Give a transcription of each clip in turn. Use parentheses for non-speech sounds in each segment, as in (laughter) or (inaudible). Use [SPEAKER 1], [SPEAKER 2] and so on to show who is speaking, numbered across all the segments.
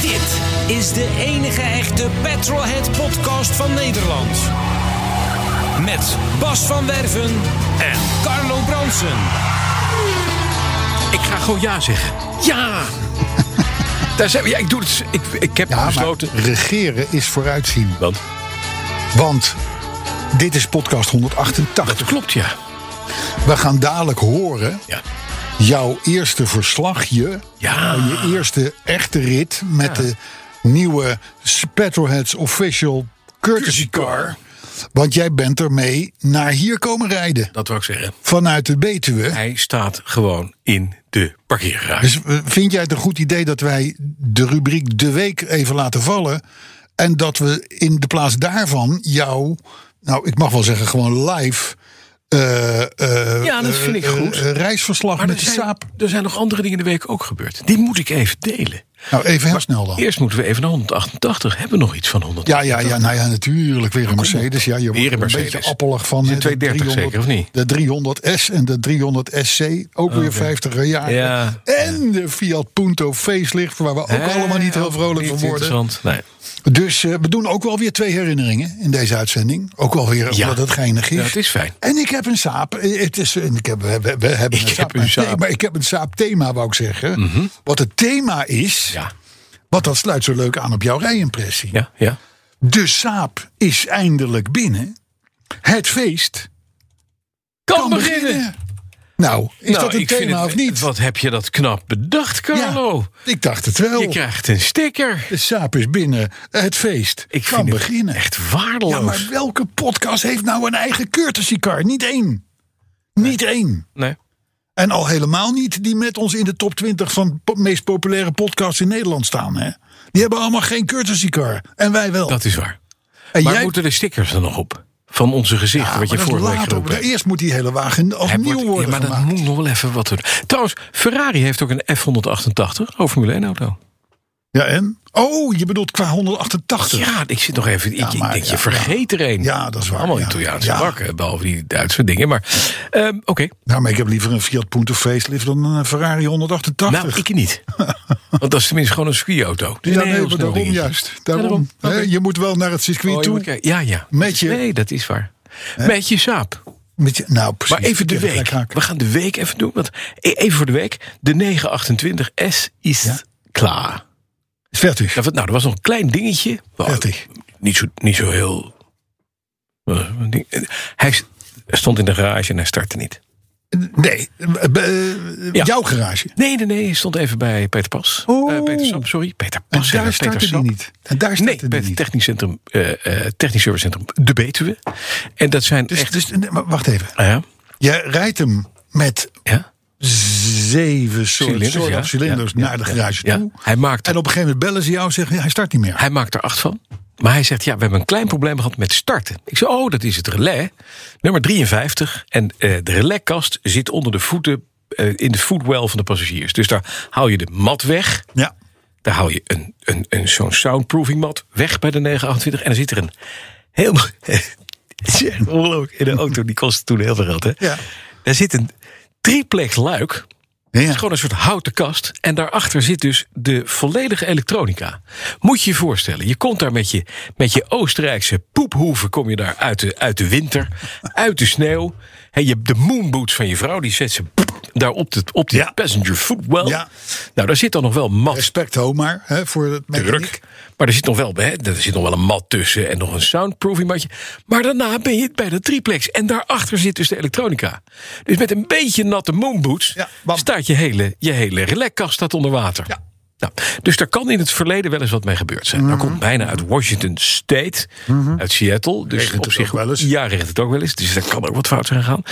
[SPEAKER 1] Dit is de enige echte Petrolhead podcast van Nederland. Met Bas van Werven en Carlo Bronsen.
[SPEAKER 2] Ik ga gewoon ja zeggen. Ja! (laughs) Daar zijn we. Ja, ik doe het. Ik, ik heb
[SPEAKER 3] Ja, maar
[SPEAKER 2] besloten.
[SPEAKER 3] regeren is vooruitzien.
[SPEAKER 2] Want
[SPEAKER 3] Want dit is podcast 188.
[SPEAKER 2] dat klopt, ja.
[SPEAKER 3] We gaan dadelijk horen
[SPEAKER 2] Ja.
[SPEAKER 3] jouw eerste verslagje.
[SPEAKER 2] Ja.
[SPEAKER 3] van Je eerste echte rit met de nieuwe Petrolheads Official Courtesy Car. Want jij bent ermee naar hier komen rijden.
[SPEAKER 2] Dat wou ik zeggen.
[SPEAKER 3] Vanuit de Betuwe.
[SPEAKER 2] Hij staat gewoon in de parkeergarage.
[SPEAKER 3] Dus eh, vind jij het een goed idee dat wij de rubriek De Week even laten vallen? En dat we in de plaats daarvan jou, nou ik mag wel zeggen gewoon live... eh, eh,
[SPEAKER 2] Ja, dat vind ik
[SPEAKER 3] eh,
[SPEAKER 2] goed.
[SPEAKER 3] eh, reisverslag
[SPEAKER 2] Maar
[SPEAKER 3] met
[SPEAKER 2] er
[SPEAKER 3] de
[SPEAKER 2] zijn,
[SPEAKER 3] saap.
[SPEAKER 2] er zijn nog andere dingen de week ook gebeurd. Die moet ik even delen.
[SPEAKER 3] Nou, even heel snel dan.
[SPEAKER 2] Eerst moeten we even naar 188. Hebben we nog iets van 188?
[SPEAKER 3] Ja, ja, ja, nou ja, natuurlijk. Weer een Mercedes. Ja, je wordt
[SPEAKER 2] een
[SPEAKER 3] er een
[SPEAKER 2] Mercedes.
[SPEAKER 3] beetje appelig van.
[SPEAKER 2] Is een
[SPEAKER 3] hè, de
[SPEAKER 2] 230 zeker, of niet? Oh,
[SPEAKER 3] De 300S en de 300 SC. Ook weer 50 jaar.
[SPEAKER 2] Ja.
[SPEAKER 3] En de Fiat Punto facelift, waar we ook
[SPEAKER 2] Hè?
[SPEAKER 3] allemaal niet heel vrolijk
[SPEAKER 2] Niet
[SPEAKER 3] van worden.
[SPEAKER 2] Interessant. Nee.
[SPEAKER 3] Dus eh, we doen ook wel weer twee herinneringen in deze uitzending. Ook wel weer
[SPEAKER 2] Ja.
[SPEAKER 3] omdat het geinig is.
[SPEAKER 2] Ja, het is fijn.
[SPEAKER 3] En ik heb een saap. eh, Het is, en ik heb, we, we- we hebben
[SPEAKER 2] Ik
[SPEAKER 3] een
[SPEAKER 2] heb
[SPEAKER 3] saap.
[SPEAKER 2] een
[SPEAKER 3] maar-
[SPEAKER 2] saap. Mhm.
[SPEAKER 3] Nee, maar ik heb een saap thema, wou ik zeggen. Wat het thema is,
[SPEAKER 2] Ja.
[SPEAKER 3] wat dat sluit zo leuk aan op jouw rijimpressie.
[SPEAKER 2] Ja, ja.
[SPEAKER 3] De saap is eindelijk binnen. Het feest
[SPEAKER 2] Kan,
[SPEAKER 3] kan
[SPEAKER 2] beginnen.
[SPEAKER 3] beginnen. Nou, is
[SPEAKER 2] Nou,
[SPEAKER 3] dat een
[SPEAKER 2] ik vind
[SPEAKER 3] thema
[SPEAKER 2] het-
[SPEAKER 3] of niet?
[SPEAKER 2] Wat heb je dat knap bedacht, Carlo?
[SPEAKER 3] ik dacht het wel.
[SPEAKER 2] Je krijgt een sticker.
[SPEAKER 3] De saap is binnen. Het feest
[SPEAKER 2] Ik
[SPEAKER 3] kan
[SPEAKER 2] vind het
[SPEAKER 3] beginnen.
[SPEAKER 2] echt waardeloos.
[SPEAKER 3] Ja, maar welke podcast heeft nou een eigen courtesy car? Niet één. Niet één.
[SPEAKER 2] Nee.
[SPEAKER 3] En al helemaal niet die met ons in de top 20 van po- meest populaire podcasts in Nederland staan. Hè? Die hebben allemaal geen courtesy car. En wij wel.
[SPEAKER 2] Dat is waar.
[SPEAKER 3] en
[SPEAKER 2] maar moeten de stickers er nog op? Van onze gezichten,
[SPEAKER 3] Ja,
[SPEAKER 2] wat je
[SPEAKER 3] maar dat
[SPEAKER 2] vorige week
[SPEAKER 3] later.
[SPEAKER 2] geroepen hebt.
[SPEAKER 3] Eerst moet die hele wagen
[SPEAKER 2] Hij
[SPEAKER 3] opnieuw
[SPEAKER 2] wordt-
[SPEAKER 3] worden
[SPEAKER 2] ja, maar
[SPEAKER 3] gemaakt.
[SPEAKER 2] dat moet nog wel even wat doen. Trouwens, Ferrari heeft ook een F188, een Formule 1 auto.
[SPEAKER 3] Ja, en? Oh, je bedoelt qua 188.
[SPEAKER 2] Ja, ik zit nog even. ik- Ik,
[SPEAKER 3] maar-
[SPEAKER 2] denk, je
[SPEAKER 3] Dus- ja,
[SPEAKER 2] vergeet er een.
[SPEAKER 3] Ja, dat is waar,
[SPEAKER 2] Allemaal
[SPEAKER 3] ja.
[SPEAKER 2] Italiaanse
[SPEAKER 3] Ja.
[SPEAKER 2] bakken, behalve die Duitse dingen. Maar ehm, oké,
[SPEAKER 3] Nou, maar ik heb liever een Fiat Punto facelift dan een Ferrari 188.
[SPEAKER 2] nou ik niet. Want dat is tenminste gewoon een circuitauto. Dus
[SPEAKER 3] ja,
[SPEAKER 2] een
[SPEAKER 3] nee,
[SPEAKER 2] heel
[SPEAKER 3] maar
[SPEAKER 2] snel
[SPEAKER 3] daarom
[SPEAKER 2] dingetje.
[SPEAKER 3] juist. Daarom.
[SPEAKER 2] daarom.
[SPEAKER 3] Hè,
[SPEAKER 2] Oké.
[SPEAKER 3] je moet wel naar het circuit
[SPEAKER 2] Oh, je
[SPEAKER 3] toe.
[SPEAKER 2] moet kijken. ja, ja.
[SPEAKER 3] Met je-
[SPEAKER 2] Nee, dat is waar. Met je saap.
[SPEAKER 3] Met je- nou, precies.
[SPEAKER 2] Maar even de
[SPEAKER 3] Ik heb
[SPEAKER 2] week.
[SPEAKER 3] gelijk haak.
[SPEAKER 2] We gaan de week even doen. Want e- even voor de week. De 928S is
[SPEAKER 3] Ja.
[SPEAKER 2] klaar.
[SPEAKER 3] Fertig.
[SPEAKER 2] Nou, nou, er was nog een klein dingetje. Wel,
[SPEAKER 3] Fertig.
[SPEAKER 2] Niet zo, niet zo heel... eh, ding. Eh, Hij s- stond in de garage en hij startte niet.
[SPEAKER 3] Nee, eh, eh,
[SPEAKER 2] Ja.
[SPEAKER 3] jouw garage.
[SPEAKER 2] Nee, nee, nee. Hij stond even bij Peter Pas.
[SPEAKER 3] Oh.
[SPEAKER 2] Eh, Peter Sap, sorry. Peter
[SPEAKER 3] En
[SPEAKER 2] Pas.
[SPEAKER 3] daar
[SPEAKER 2] eh, Peter
[SPEAKER 3] startte die
[SPEAKER 2] Sap.
[SPEAKER 3] niet. En daar
[SPEAKER 2] Nee, bij
[SPEAKER 3] startte die
[SPEAKER 2] het
[SPEAKER 3] niet.
[SPEAKER 2] technisch, centrum, eh eh, technisch servicecentrum De Betuwe. En dat zijn
[SPEAKER 3] Dus,
[SPEAKER 2] echt...
[SPEAKER 3] dus, nee, maar wacht even.
[SPEAKER 2] Ah, ja,
[SPEAKER 3] Jij rijdt hem met
[SPEAKER 2] ja.
[SPEAKER 3] zeven soorten
[SPEAKER 2] Cilinders,
[SPEAKER 3] soorten
[SPEAKER 2] ja.
[SPEAKER 3] of cilinders
[SPEAKER 2] Ja, ja,
[SPEAKER 3] naar de
[SPEAKER 2] ja,
[SPEAKER 3] garage
[SPEAKER 2] ja.
[SPEAKER 3] toe.
[SPEAKER 2] Hij maakt-
[SPEAKER 3] En op een gegeven moment bellen ze jou en zeggen, hij start niet meer.
[SPEAKER 2] Hij maakt er acht van. Maar hij zegt, ja, we hebben een klein probleem gehad met starten. Ik zei, oh, dat is het relais. Nummer 53. En eh, de relaiskast zit onder de voeten eh, in de footwell van de passagiers. Dus daar haal je de mat weg.
[SPEAKER 3] Ja.
[SPEAKER 2] Daar haal je een, een, een, zo'n soundproofing mat weg bij de 928. En dan zit er een heel... (laughs) Het is echt ongelooflijk. In de auto, die kostte toen heel veel geld, hè?
[SPEAKER 3] Ja.
[SPEAKER 2] Daar zit een triplex luik
[SPEAKER 3] Ja.
[SPEAKER 2] het is gewoon een soort houten kast. En daarachter zit dus de volledige elektronica. Moet je je voorstellen. Je komt daar met je, met je Oostenrijkse poephoeven. Kom je daar uit de, uit de
[SPEAKER 3] (laughs)
[SPEAKER 2] winter. Uit de sneeuw. En je, de moonboots van je vrouw. Die zet ze daar op de, op de
[SPEAKER 3] Ja.
[SPEAKER 2] passenger footwell.
[SPEAKER 3] Ja.
[SPEAKER 2] Nou daar zit dan nog wel mat
[SPEAKER 3] Respect, Homer, hè, voor het mechaniek.
[SPEAKER 2] Tuurlijk. Maar er zit, nog wel, hè, er zit nog wel een mat tussen en nog een soundproofing matje. Maar daarna ben je bij de triplex. En daarachter zit dus de elektronica. Dus met een beetje natte moonboots
[SPEAKER 3] Ja, bam.
[SPEAKER 2] staat je hele, je hele relaiskast staat onder water.
[SPEAKER 3] Ja.
[SPEAKER 2] Nou, dus daar kan in het verleden wel eens wat mee gebeurd zijn.
[SPEAKER 3] Mhm.
[SPEAKER 2] Nou komt bijna uit Washington State, uit Seattle. Dus
[SPEAKER 3] Regent
[SPEAKER 2] op
[SPEAKER 3] het
[SPEAKER 2] zich
[SPEAKER 3] ook wel eens?
[SPEAKER 2] Ja, regent het ook wel eens. Dus daar kan ook wat fout zijn gegaan.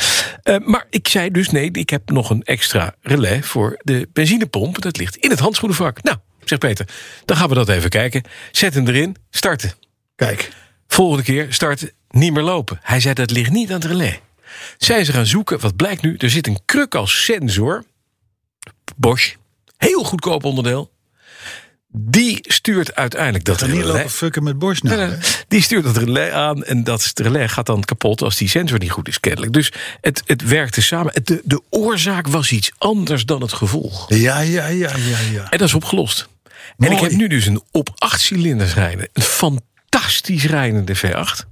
[SPEAKER 2] Eh, maar ik zei dus nee, ik heb nog een extra relais voor de benzinepomp. Dat ligt in het handschoenenvak. Nou, zegt Peter, dan gaan we dat even kijken. Zet hem erin, starten.
[SPEAKER 3] Kijk,
[SPEAKER 2] Volgende keer starten, niet meer lopen. Hij zei dat ligt niet aan het relais. Zijn ze gaan zoeken, wat blijkt nu? Er zit een kruk als sensor. Bosch, heel goedkoop onderdeel. Die stuurt uiteindelijk dat
[SPEAKER 3] dan niet
[SPEAKER 2] relais.
[SPEAKER 3] lopen fucken met Bosch nou.
[SPEAKER 2] Nee,
[SPEAKER 3] hè?
[SPEAKER 2] nee, (laughs) Die stuurt dat relais aan en dat relais gaat dan kapot als die sensor niet goed is, kennelijk. Dus het, het werkte samen. Het- de, de oorzaak was iets anders dan het gevolg.
[SPEAKER 3] Ja, ja, ja, ja, ja.
[SPEAKER 2] En dat is opgelost. En ik
[SPEAKER 3] Mooi.
[SPEAKER 2] heb nu dus een op acht cilinders rijden. Een fantastisch rijdende V8.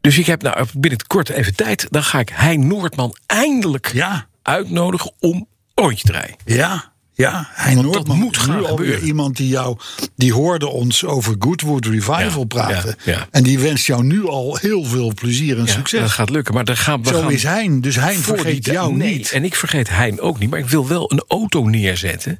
[SPEAKER 2] Dus ik heb nou binnen het kort even tijd. Dan ga ik Hein Noordman eindelijk
[SPEAKER 3] Ja,
[SPEAKER 2] uitnodigen om een rondje te rijden.
[SPEAKER 3] ja, ja. Hij
[SPEAKER 2] dat
[SPEAKER 3] Noordman
[SPEAKER 2] moet
[SPEAKER 3] is
[SPEAKER 2] gaan
[SPEAKER 3] nu alweer
[SPEAKER 2] gebeuren.
[SPEAKER 3] iemand die jou, die hoorde ons over Goodwood Revival
[SPEAKER 2] Ja,
[SPEAKER 3] praten.
[SPEAKER 2] ja, ja.
[SPEAKER 3] En die wenst jou nu al heel veel plezier en succes.
[SPEAKER 2] Dat gaat lukken. Maar daar gaan we
[SPEAKER 3] Zo
[SPEAKER 2] gaan
[SPEAKER 3] is Hein, dus Hein
[SPEAKER 2] voor die
[SPEAKER 3] vergeet
[SPEAKER 2] da-
[SPEAKER 3] jou
[SPEAKER 2] Nee,
[SPEAKER 3] niet.
[SPEAKER 2] En ik vergeet Hein ook niet. Maar ik wil wel een auto neerzetten.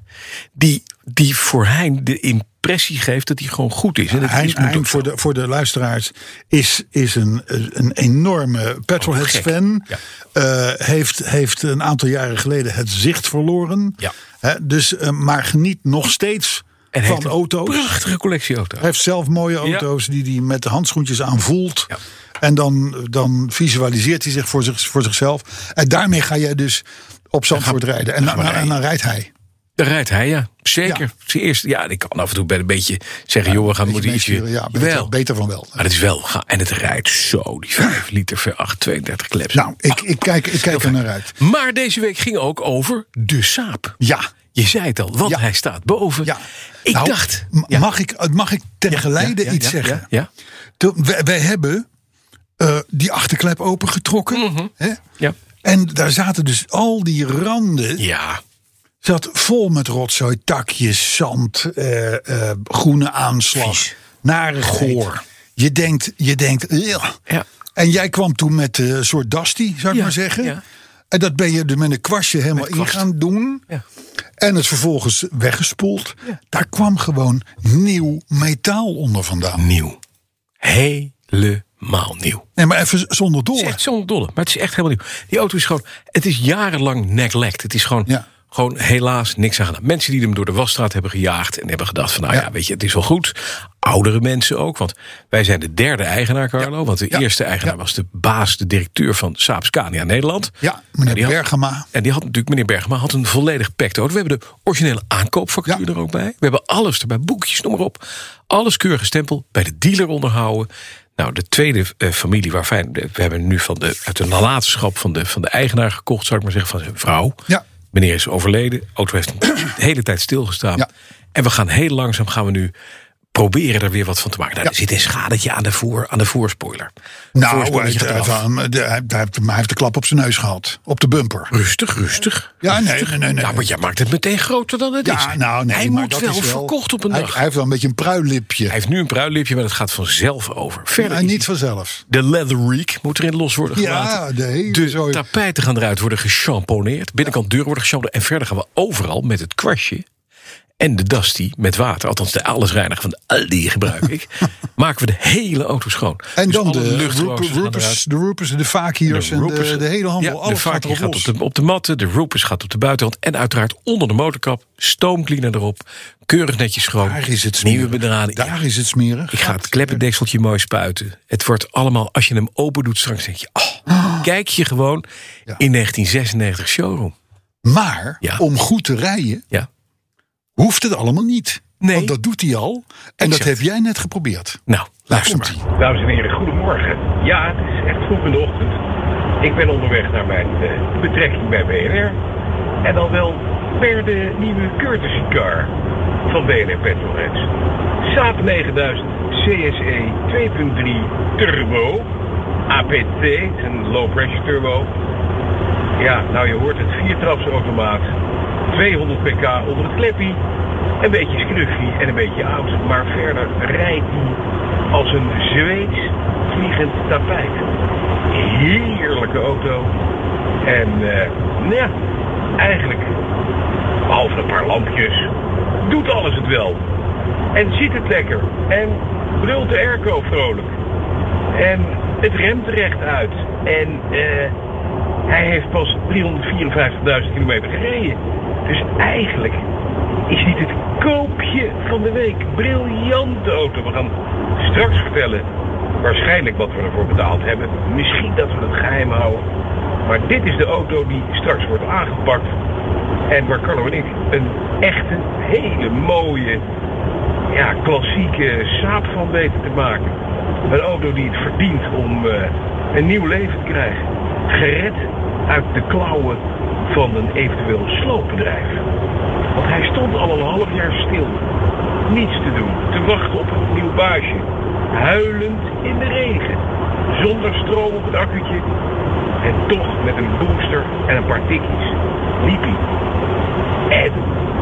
[SPEAKER 2] Die, die voor Hein de impressie geeft dat hij gewoon goed is. En dat
[SPEAKER 3] Hein,
[SPEAKER 2] is moet
[SPEAKER 3] Hein,
[SPEAKER 2] ook
[SPEAKER 3] voor,
[SPEAKER 2] zo.
[SPEAKER 3] de, voor de luisteraars, is, is een, een enorme
[SPEAKER 2] Oh, gek.
[SPEAKER 3] Petrolheads-fan.
[SPEAKER 2] Ja.
[SPEAKER 3] Eh, heeft, heeft een aantal jaren geleden het zicht verloren.
[SPEAKER 2] Ja.
[SPEAKER 3] Hè, dus, eh, maar geniet nog steeds
[SPEAKER 2] En heeft
[SPEAKER 3] van
[SPEAKER 2] een
[SPEAKER 3] auto's.
[SPEAKER 2] Prachtige collectie auto's.
[SPEAKER 3] Hij heeft zelf mooie auto's die hij met de handschoentjes aan voelt.
[SPEAKER 2] Ja.
[SPEAKER 3] En dan, dan visualiseert hij zich voor, zich voor zichzelf. En daarmee ga jij dus op Zandvoort rijden. En, dan-
[SPEAKER 2] we
[SPEAKER 3] dan- en
[SPEAKER 2] rijden.
[SPEAKER 3] dan rijdt hij.
[SPEAKER 2] Daar rijdt hij, ja. Zeker. Zijn eerste, ja, ik kan af en toe bij een beetje zeggen... joh, we gaan
[SPEAKER 3] Beetje
[SPEAKER 2] moeten ietsje...
[SPEAKER 3] meesturen,
[SPEAKER 2] wel.
[SPEAKER 3] Ja,
[SPEAKER 2] Nou,
[SPEAKER 3] beter, beter van wel.
[SPEAKER 2] Maar het is wel... ga- En het rijdt zo, die 5 liter V8, 32 kleps.
[SPEAKER 3] Nou, ik, ik kijk, ik kijk er naar uit.
[SPEAKER 2] Maar deze week ging ook over de saap.
[SPEAKER 3] Ja.
[SPEAKER 2] Je zei het al, want
[SPEAKER 3] Ja.
[SPEAKER 2] hij staat boven.
[SPEAKER 3] Ja.
[SPEAKER 2] Ik
[SPEAKER 3] Nou,
[SPEAKER 2] dacht...
[SPEAKER 3] m- Mag ik, eh, mag ik ten geleide
[SPEAKER 2] Ja,
[SPEAKER 3] iets
[SPEAKER 2] ja,
[SPEAKER 3] zeggen?
[SPEAKER 2] Ja, ja,
[SPEAKER 3] Toen- wij, wij hebben eh, die achterklep opengetrokken.
[SPEAKER 2] Mhm.
[SPEAKER 3] hè?
[SPEAKER 2] ja.
[SPEAKER 3] En daar zaten dus al die randen.
[SPEAKER 2] Ja,
[SPEAKER 3] Zat vol met rotzooi, takjes, zand, eh, eh, groene aanslag.
[SPEAKER 2] Vies.
[SPEAKER 3] Nare
[SPEAKER 2] Goor.
[SPEAKER 3] Je denkt, je denkt, ja.
[SPEAKER 2] Ja.
[SPEAKER 3] En jij kwam toen met eh, een soort dusty, zou ik
[SPEAKER 2] Ja,
[SPEAKER 3] maar zeggen.
[SPEAKER 2] ja.
[SPEAKER 3] En dat ben je er met een kwastje helemaal in
[SPEAKER 2] kwast.
[SPEAKER 3] gaan doen.
[SPEAKER 2] Ja.
[SPEAKER 3] En het vervolgens weggespoeld. Daar kwam gewoon nieuw metaal onder vandaan.
[SPEAKER 2] nieuw. Helemaal nieuw.
[SPEAKER 3] Nee, maar even zonder
[SPEAKER 2] Het is
[SPEAKER 3] dolle.
[SPEAKER 2] echt zo'n dolle, maar het is echt helemaal nieuw. Die auto is gewoon, het is jarenlang neglect. Het is gewoon,
[SPEAKER 3] Ja.
[SPEAKER 2] gewoon helaas niks aan gedaan. Mensen die hem door de wasstraat hebben gejaagd en hebben gedacht van, nou ja,
[SPEAKER 3] Ja.
[SPEAKER 2] weet je, het is wel goed. Oudere mensen ook, want wij zijn de derde eigenaar, Carlo. Want de
[SPEAKER 3] Ja.
[SPEAKER 2] eerste eigenaar
[SPEAKER 3] Ja.
[SPEAKER 2] was de baas, de directeur van Saab Scania Nederland.
[SPEAKER 3] Ja,
[SPEAKER 2] Nou,
[SPEAKER 3] meneer
[SPEAKER 2] die had-
[SPEAKER 3] Bergema.
[SPEAKER 2] En die had natuurlijk, meneer Bergma had een volledig pecto. We hebben de originele aankoopfactuur
[SPEAKER 3] Ja.
[SPEAKER 2] er ook bij. We hebben alles erbij, boekjes, noem maar op. Alles keurig stempel, bij de dealer onderhouden. Nou, de tweede eh, familie waarvan we hebben nu van de, uit de nalatenschap van de, van de eigenaar gekocht, zou ik maar zeggen, van zijn vrouw.
[SPEAKER 3] Ja.
[SPEAKER 2] Meneer is overleden, auto heeft de (coughs) hele tijd stilgestaan.
[SPEAKER 3] Ja.
[SPEAKER 2] En we gaan heel langzaam gaan we nu proberen er weer wat van te maken. Nou, er zit een schadetje aan de, voor, aan de voorspoiler.
[SPEAKER 3] Nou, hij,
[SPEAKER 2] Voorspoilertje
[SPEAKER 3] hij,
[SPEAKER 2] gaat eraf.
[SPEAKER 3] hij- hij- hij heeft, hij heeft de klap op zijn neus gehad. Op de bumper.
[SPEAKER 2] Rustig, rustig.
[SPEAKER 3] Ja, nee, nee, nee. nee.
[SPEAKER 2] Ja, maar jij maakt het meteen groter dan het is.
[SPEAKER 3] ja, nou, nee,
[SPEAKER 2] hij
[SPEAKER 3] maar
[SPEAKER 2] moet
[SPEAKER 3] dat
[SPEAKER 2] wel,
[SPEAKER 3] is
[SPEAKER 2] verkocht op een
[SPEAKER 3] hij,
[SPEAKER 2] dag.
[SPEAKER 3] Hij
[SPEAKER 2] Hij,
[SPEAKER 3] heeft wel een beetje een pruillipje.
[SPEAKER 2] heeft nu een pruillipje, maar dat gaat vanzelf over. Verder
[SPEAKER 3] Maar
[SPEAKER 2] is-
[SPEAKER 3] niet vanzelf.
[SPEAKER 2] de leatherreek moet erin los worden
[SPEAKER 3] Ja,
[SPEAKER 2] gelaten.
[SPEAKER 3] de hele zooi.
[SPEAKER 2] tapijten gaan eruit worden geschamponeerd. Binnenkant deuren worden geschamponeerd. En verder gaan we overal met het kwastje en de dusty met water. Althans, de allesreiniger van de Aldi gebruik
[SPEAKER 3] (laughs)
[SPEAKER 2] ik. maken we de hele auto schoon.
[SPEAKER 3] En
[SPEAKER 2] Dus
[SPEAKER 3] dan
[SPEAKER 2] alle
[SPEAKER 3] de
[SPEAKER 2] luchtwaters gaan eruit.
[SPEAKER 3] roepers, de roepers, de fakiers en de,
[SPEAKER 2] Roopers-
[SPEAKER 3] de hele handel.
[SPEAKER 2] Ja, de
[SPEAKER 3] alles gaat
[SPEAKER 2] vaartje
[SPEAKER 3] erop
[SPEAKER 2] gaat
[SPEAKER 3] los.
[SPEAKER 2] op de, op de matten, de roopers gaat op de buitenkant. En uiteraard onder de motorkap, stoomcleaner erop. Keurig netjes schoon.
[SPEAKER 3] Daar is het smerig.
[SPEAKER 2] Nieuwe bedrading. Ja,
[SPEAKER 3] Daar is het smerig.
[SPEAKER 2] ik ga het kleppendekseltje mooi spuiten. Het wordt allemaal, als je hem open doet straks, denk je... Oh, kijk je gewoon in 1996 showroom.
[SPEAKER 3] Maar
[SPEAKER 2] Ja.
[SPEAKER 3] om goed te rijden
[SPEAKER 2] Ja.
[SPEAKER 3] hoeft het allemaal niet.
[SPEAKER 2] Nee.
[SPEAKER 3] Want dat doet hij al. En dat
[SPEAKER 2] Exact.
[SPEAKER 3] heb jij net geprobeerd.
[SPEAKER 2] Nou, luister maar.
[SPEAKER 3] Komt-ie.
[SPEAKER 4] Dames en heren, goedemorgen. Ja, het is echt vroeg in de ochtend. Ik ben onderweg naar mijn eh, betrekking bij BNR. En dan wel per de nieuwe courtesy car van BNR Petrolheads. Saab 9000 CSE 2.3 Turbo. APT, het is een low pressure turbo. Ja, nou je hoort het, viertrapsautomaat, 200 pk onder het kleppie, een beetje snuffie en een beetje oud, maar verder rijdt die als een Zweeds vliegend tapijt. Heerlijke auto. En eh, nou ja, eigenlijk behalve een paar lampjes, doet alles het wel. En ziet het lekker. En brult de airco vrolijk. En het remt recht uit. En eh, hij heeft pas 354.000 kilometer gereden. Dus eigenlijk is dit het koopje van de week. Briljante auto. We gaan straks vertellen waarschijnlijk wat we ervoor betaald hebben. Misschien dat we het geheim houden. Maar dit is de auto die straks wordt aangepakt. En waar Carlo en ik een echte, hele mooie, ja, klassieke saap van weten te maken. Een auto die het verdient om eh, een nieuw leven te krijgen. Gered uit de klauwen van een eventueel sloopbedrijf. Want hij stond al een half jaar stil. Niets te doen, te wachten op een nieuw baasje. Huilend in de regen. Zonder stroom op het accu'tje. En toch met een booster en een paar tikkies. Liep hij. En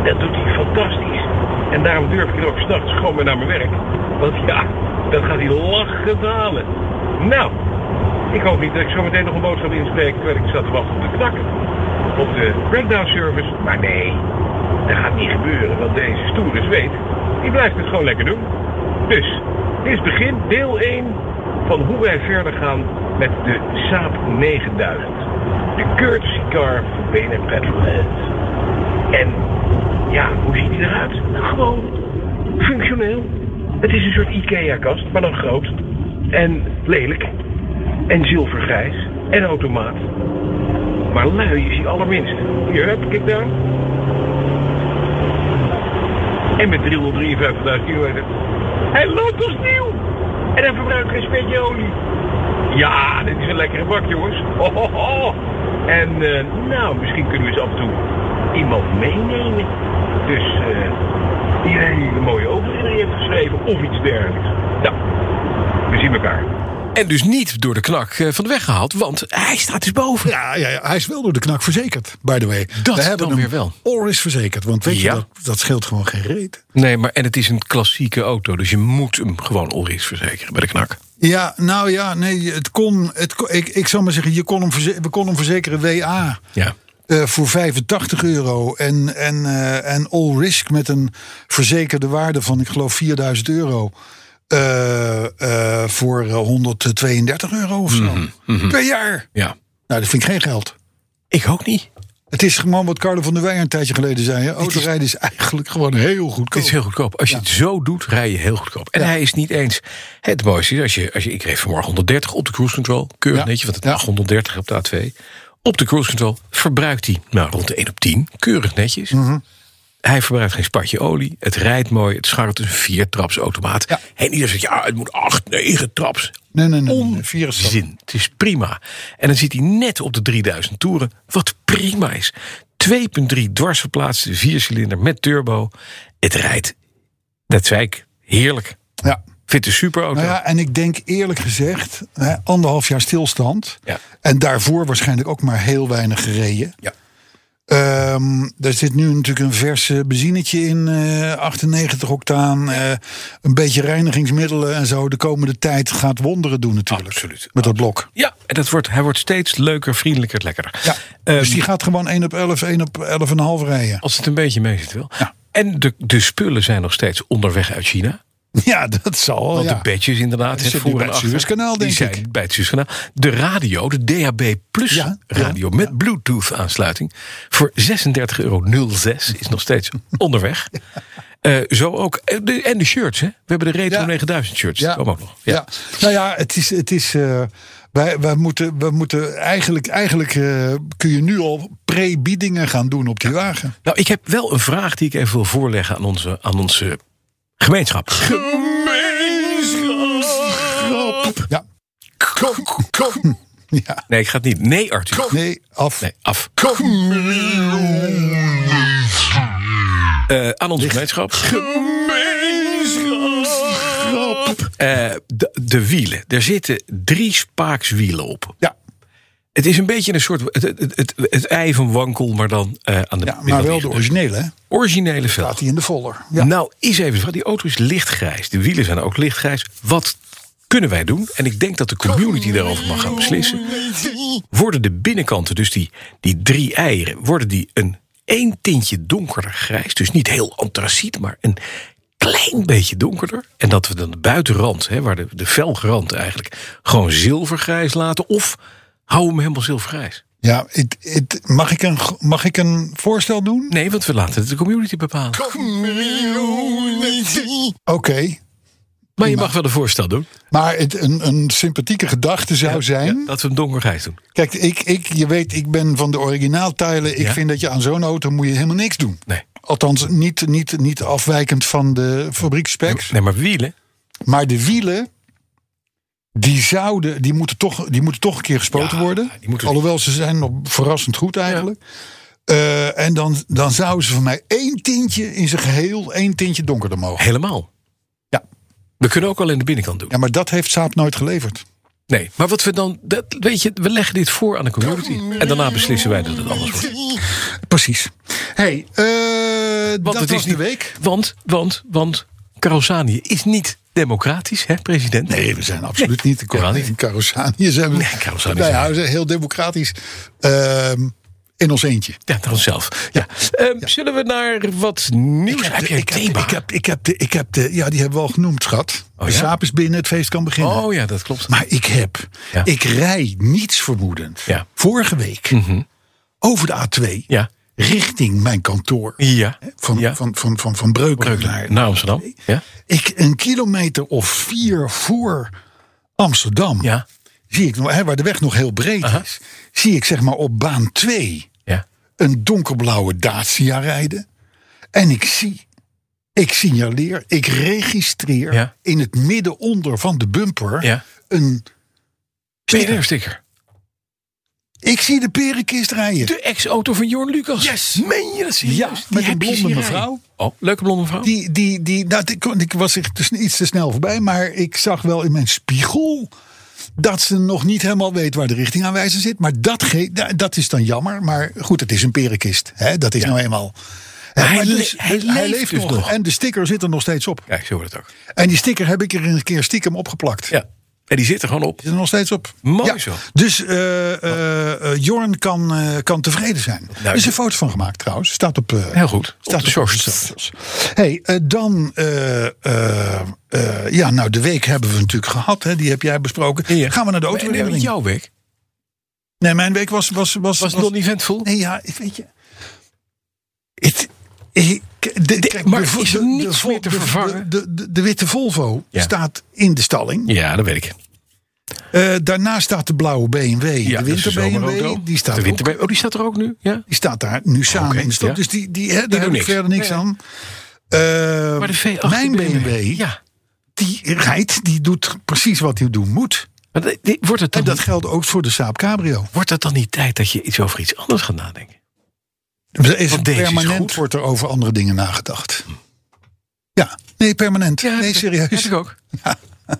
[SPEAKER 4] dat doet hij fantastisch. En daarom durf ik er ook s'nachts gewoon mee naar mijn werk. Want ja, dat gaat hij lachend halen. Nou, ik hoop niet dat ik zo meteen nog een boodschap inspreek terwijl ik zat te wachten op de knak. Op de breakdown service. Maar nee, dat gaat niet gebeuren, want deze stoere zweet, die blijft het gewoon lekker doen. Dus, dit is begin, deel 1 van hoe wij verder gaan met de Saab 9000. De courtesy car van Benen Petrolhead. En ja, hoe ziet hij eruit? Nou, gewoon functioneel. Het is een soort IKEA-kast, maar dan groot. En lelijk. En zilvergrijs. En automaat. Maar lui is hij allerminst. Hier, heb kijk daar. En met 353.000 kilometer. Hij loopt als nieuw. En hij verbruikt geen spetje olie. Ja, dit is een lekkere bak, jongens. Ho, ho, ho. En eh, nou, misschien kunnen we eens af en toe iemand meenemen. Dus eh, die een hele mooie overwinning heeft geschreven of iets dergelijks. Nou, we zien elkaar.
[SPEAKER 2] En dus niet door de knak eh, van de weg gehaald, want hij staat dus boven.
[SPEAKER 3] Ja, ja, ja, hij is wel door de knak verzekerd, by the way.
[SPEAKER 2] Dat
[SPEAKER 3] We hebben
[SPEAKER 2] dan
[SPEAKER 3] hem
[SPEAKER 2] weer wel.
[SPEAKER 3] Or is verzekerd, want weet
[SPEAKER 2] Ja.
[SPEAKER 3] je, dat, dat scheelt gewoon geen reet.
[SPEAKER 2] Nee, maar en het is een klassieke auto, dus je moet hem gewoon onris verzekeren bij de knak.
[SPEAKER 3] Ja, nou ja, nee, het kon, het kon- ik, ik zal maar zeggen, je kon hem verze- we konden hem verzekeren WA.
[SPEAKER 2] Ja.
[SPEAKER 3] eh, voor 85 euro en, en, eh, en all risk met een verzekerde waarde van, ik geloof, 4000 euro. eh, eh, voor eh, 132 euro of zo.
[SPEAKER 2] Mhm,
[SPEAKER 3] Per jaar.
[SPEAKER 2] Ja.
[SPEAKER 3] Nou, dat vind ik geen geld.
[SPEAKER 2] Ik ook niet.
[SPEAKER 3] Het is gewoon wat Carlo van der Wij een tijdje geleden zei. hè. Autorijden is eigenlijk gewoon heel goedkoop.
[SPEAKER 2] Het is heel goedkoop. Als je het zo doet, rij je heel goedkoop. En hij is niet eens. Het mooiste is als je, als je. Ik reed vanmorgen 130 op de cruise control. Keurig
[SPEAKER 3] Ja.
[SPEAKER 2] netjes, want het
[SPEAKER 3] Ja.
[SPEAKER 2] mag 130 op de A2. Op de cruise control verbruikt hij nou, rond de 1 op 10. Keurig netjes.
[SPEAKER 3] Mhm.
[SPEAKER 2] Hij verbruikt geen spatje olie. Het rijdt mooi. Het scharrelt is een viertraps automaat.
[SPEAKER 3] Ja.
[SPEAKER 2] En ieder zegt, ja, het moet 8, 9 traps.
[SPEAKER 3] Nee, nee, nee, nee, nee. Vier is dat.
[SPEAKER 2] Onzin. Het is prima. En dan zit hij net op de 3000 toeren, wat prima is. 2,3 dwarsverplaatste viercilinder met turbo. Het rijdt, dat zei ik, heerlijk.
[SPEAKER 3] Ja.
[SPEAKER 2] Vindt een superauto.
[SPEAKER 3] Nou ja, en ik denk eerlijk gezegd, hè, anderhalf jaar stilstand.
[SPEAKER 2] Ja.
[SPEAKER 3] En daarvoor waarschijnlijk ook maar heel weinig gereden.
[SPEAKER 2] Ja.
[SPEAKER 3] Ehm, er zit nu natuurlijk een verse benzinetje in, eh, 98 octaan. eh, een beetje reinigingsmiddelen en zo. De komende tijd gaat wonderen doen natuurlijk.
[SPEAKER 2] Absoluut.
[SPEAKER 3] Met dat blok.
[SPEAKER 2] Ja, en dat wordt, hij wordt steeds leuker, vriendelijker, lekkerder.
[SPEAKER 3] Ja.
[SPEAKER 2] Ehm,
[SPEAKER 3] dus die gaat gewoon 1 op 11, 1 op 11,5 rijden.
[SPEAKER 2] Als het een beetje mee zit wel.
[SPEAKER 3] Ja.
[SPEAKER 2] En de, de spullen zijn nog steeds onderweg uit China.
[SPEAKER 3] Ja, dat zal wel.
[SPEAKER 2] Want
[SPEAKER 3] ja.
[SPEAKER 2] de bedjes inderdaad.
[SPEAKER 3] zitten
[SPEAKER 2] hè, voor
[SPEAKER 3] nu bij
[SPEAKER 2] en
[SPEAKER 3] het
[SPEAKER 2] achter,
[SPEAKER 3] Suezkanaal,
[SPEAKER 2] die
[SPEAKER 3] denk
[SPEAKER 2] zijn
[SPEAKER 3] ik.
[SPEAKER 2] Bij het Suezkanaal. De radio, de DHB Plus
[SPEAKER 3] Ja, ja,
[SPEAKER 2] radio met Bluetooth aansluiting. Voor 36,06 euro is nog
[SPEAKER 3] (laughs)
[SPEAKER 2] steeds onderweg. Eh, zo ook. eh, de- en de shirts, hè? We hebben de Retro
[SPEAKER 3] Ja.
[SPEAKER 2] 9000 shirts. Ja. Komen Dus ook nog.
[SPEAKER 3] Ja. Nou ja, het is. Het is eh, wij, wij moeten, wij moeten eigenlijk, eigenlijk eh, kun je nu al pre-biedingen gaan doen op die wagen.
[SPEAKER 2] Nou, ik heb wel een vraag die ik even wil voorleggen aan onze, aan onze gemeenschap.
[SPEAKER 3] Ja. Kom, kom. Ja,
[SPEAKER 2] Nee, ik ga het niet. Nee, Arthur.
[SPEAKER 3] nee, af.
[SPEAKER 2] Nee, af. Eh, aan onze gemeenschap. Eh, de, de wielen. Er zitten drie spaakswielen op.
[SPEAKER 3] Ja,
[SPEAKER 2] Het is een beetje een soort. Het, het, het, het ei van wankel, maar dan eh, aan de.
[SPEAKER 3] ja, maar wel de originele, hè?
[SPEAKER 2] originele velg.
[SPEAKER 3] Staat hij in de voller. Ja.
[SPEAKER 2] Nou, is even. de vraag. Die auto is lichtgrijs. De wielen zijn ook lichtgrijs. Wat kunnen wij doen? En ik denk dat de community daarover mag gaan beslissen. Worden de binnenkanten, dus die, die drie eieren, worden die een één tintje donkerder grijs. Dus niet heel antraciet, maar een klein beetje donkerder. En dat we dan de buitenrand, hè, waar de, de velgrand eigenlijk, gewoon zilvergrijs laten. Of hou hem helemaal zilvergrijs.
[SPEAKER 3] Ja, het, het, mag, ik een, mag ik een voorstel doen?
[SPEAKER 2] Nee, want we laten het de community bepalen.
[SPEAKER 3] Oké,
[SPEAKER 2] Maar je mag wel een voorstel doen.
[SPEAKER 3] maar het, een, een sympathieke gedachte zou zijn...
[SPEAKER 2] Ja, dat we hem donkergrijs doen.
[SPEAKER 3] Kijk, ik, ik, je weet, ik ben van de originaaltijlen. Ik
[SPEAKER 2] Ja.
[SPEAKER 3] vind dat je aan zo'n auto moet je helemaal niks doen.
[SPEAKER 2] Nee.
[SPEAKER 3] Althans, niet, niet, niet afwijkend van de fabriekspecs.
[SPEAKER 2] Nee, maar wielen.
[SPEAKER 3] Maar de wielen, die, zouden, die, moeten, toch, die moeten toch een keer gespoten
[SPEAKER 2] Ja,
[SPEAKER 3] worden.
[SPEAKER 2] die moeten-
[SPEAKER 3] Alhoewel, ze zijn nog verrassend goed eigenlijk. Eh, en dan, dan zouden ze voor mij één tintje in zijn geheel, één tintje donkerder mogen.
[SPEAKER 2] Helemaal.
[SPEAKER 3] Ja.
[SPEAKER 2] We kunnen ook alleen de binnenkant doen.
[SPEAKER 3] Ja, maar dat heeft Saab nooit geleverd.
[SPEAKER 2] Nee, maar wat we dan... Dat, weet je, we leggen dit voor aan de community. En daarna beslissen wij dat het anders wordt.
[SPEAKER 3] Precies. hey, eh, dat
[SPEAKER 2] het
[SPEAKER 3] was
[SPEAKER 2] is
[SPEAKER 3] de
[SPEAKER 2] niet-
[SPEAKER 3] week.
[SPEAKER 2] Want, want, want... Karosani is niet democratisch, hè, president?
[SPEAKER 3] Nee, we zijn absoluut niet de
[SPEAKER 2] helemaal
[SPEAKER 3] niet
[SPEAKER 2] niet.
[SPEAKER 3] in Karosanië. Zijn we,
[SPEAKER 2] Nee, Karosanië
[SPEAKER 3] Nou
[SPEAKER 2] zijn
[SPEAKER 3] ja, we zijn heel democratisch ehm, in ons eentje.
[SPEAKER 2] Ja, dan zelf. Ja. Ehm, Zullen we naar wat nieuws? heb je een
[SPEAKER 3] ik, heb,
[SPEAKER 2] thema?
[SPEAKER 3] ik, heb, ik, heb de, ik heb de. Ja, die hebben we al genoemd, schat.
[SPEAKER 2] Oh,
[SPEAKER 3] de
[SPEAKER 2] ja?
[SPEAKER 3] saap is binnen, het feest kan beginnen.
[SPEAKER 2] oh ja, dat klopt.
[SPEAKER 3] Maar ik heb.
[SPEAKER 2] Ja.
[SPEAKER 3] Ik rij niets vermoedend.
[SPEAKER 2] Ja. Mhm.
[SPEAKER 3] Vorige week over de A2
[SPEAKER 2] Ja.
[SPEAKER 3] richting mijn kantoor.
[SPEAKER 2] Ja.
[SPEAKER 3] Van,
[SPEAKER 2] ja.
[SPEAKER 3] van, van, van, van Breukelen naar-
[SPEAKER 2] Naar Amsterdam. Ja.
[SPEAKER 3] Ik een kilometer of vier voor Amsterdam.
[SPEAKER 2] Ja.
[SPEAKER 3] Zie ik nog, hè, waar de weg nog heel breed is. Zie ik zeg maar op baan 2
[SPEAKER 2] Ja.
[SPEAKER 3] een donkerblauwe Dacia rijden. En ik zie, ik signaleer, ik registreer
[SPEAKER 2] Ja.
[SPEAKER 3] in het middenonder van de bumper
[SPEAKER 2] Ja.
[SPEAKER 3] een.
[SPEAKER 2] PR-sticker.
[SPEAKER 3] Ik zie de perenkist rijden.
[SPEAKER 2] De ex-auto van Jorn Lucas. Yes. Meen je dat
[SPEAKER 3] Ja,
[SPEAKER 2] serieus? Die
[SPEAKER 3] met een
[SPEAKER 2] heb je
[SPEAKER 3] blonde
[SPEAKER 2] zien
[SPEAKER 3] mevrouw.
[SPEAKER 2] rijden. Oh, leuke blonde mevrouw.
[SPEAKER 3] Die, die, die, nou, ik, kon- ik was er dus iets te snel voorbij, maar ik zag wel in mijn spiegel dat ze nog niet helemaal weet waar de richtingaanwijzer zit. Maar dat, ge- da- dat is dan jammer. Maar goed, het is een perenkist. Hè? Dat is nou eenmaal. Hè,
[SPEAKER 2] Maar
[SPEAKER 3] maar
[SPEAKER 2] hij le- hij leeft dus nog.
[SPEAKER 3] En de sticker zit er nog steeds op.
[SPEAKER 2] Kijk, zo wordt het ook.
[SPEAKER 3] En die sticker heb ik er een keer stiekem opgeplakt.
[SPEAKER 2] Ja. En die zit er gewoon op.
[SPEAKER 3] Zit er nog steeds op.
[SPEAKER 2] Mooi
[SPEAKER 3] Ja.
[SPEAKER 2] zo.
[SPEAKER 3] Dus eh, eh, eh, Jorn kan, eh, kan tevreden zijn.
[SPEAKER 2] Nou,
[SPEAKER 3] er is een
[SPEAKER 2] dit-
[SPEAKER 3] foto van gemaakt trouwens. Staat op, eh,
[SPEAKER 2] Heel goed.
[SPEAKER 3] Staat
[SPEAKER 2] Op de
[SPEAKER 3] op onze
[SPEAKER 2] socials.
[SPEAKER 3] socials. hey, eh, dan... eh, eh, eh, ja, nou, de week hebben we natuurlijk gehad. Hè, die heb jij besproken.
[SPEAKER 2] Ja.
[SPEAKER 3] Gaan we naar de auto
[SPEAKER 2] Nee, want jouw week
[SPEAKER 3] Nee, mijn week was... Was, was,
[SPEAKER 2] was non-eventvol.
[SPEAKER 3] Nee, ja, ik weet je... Het... ik- de- kijk,
[SPEAKER 2] maar
[SPEAKER 3] de-
[SPEAKER 2] is
[SPEAKER 3] de-
[SPEAKER 2] er niets
[SPEAKER 3] de-
[SPEAKER 2] meer te
[SPEAKER 3] de-
[SPEAKER 2] vervangen?
[SPEAKER 3] De, de, de witte Volvo
[SPEAKER 2] Ja.
[SPEAKER 3] staat in de stalling.
[SPEAKER 2] Ja, dat weet ik.
[SPEAKER 3] Eh, daarnaast staat de blauwe BMW.
[SPEAKER 2] Ja,
[SPEAKER 3] de
[SPEAKER 2] dat is
[SPEAKER 3] winter BMW.
[SPEAKER 2] zomerauto.
[SPEAKER 3] Die staat,
[SPEAKER 2] de
[SPEAKER 3] ook- Ehm,
[SPEAKER 2] winter BMW. Oh, die staat er ook nu? Ja.
[SPEAKER 3] die staat daar nu samen
[SPEAKER 2] Oké,
[SPEAKER 3] in de stad.
[SPEAKER 2] ja.
[SPEAKER 3] Dus die, die, hè, daar
[SPEAKER 2] doen
[SPEAKER 3] heb ik
[SPEAKER 2] niks.
[SPEAKER 3] verder niks
[SPEAKER 2] Nee.
[SPEAKER 3] aan. Eh,
[SPEAKER 2] Maar de V8
[SPEAKER 3] mijn BMW,
[SPEAKER 2] Ja.
[SPEAKER 3] die rijdt, die doet precies wat hij doen moet.
[SPEAKER 2] Maar dat- dit- wordt, het dan
[SPEAKER 3] En dat
[SPEAKER 2] niet,
[SPEAKER 3] geldt ook voor de Saab Cabrio.
[SPEAKER 2] wordt het dan niet tijd dat je iets over iets anders gaat nadenken?
[SPEAKER 3] Er Is
[SPEAKER 2] Want deze is
[SPEAKER 3] permanent
[SPEAKER 2] goed.
[SPEAKER 3] wordt er over andere dingen nagedacht. Ja, nee, permanent. nee,
[SPEAKER 2] Dat
[SPEAKER 3] serieus.
[SPEAKER 2] ik ook.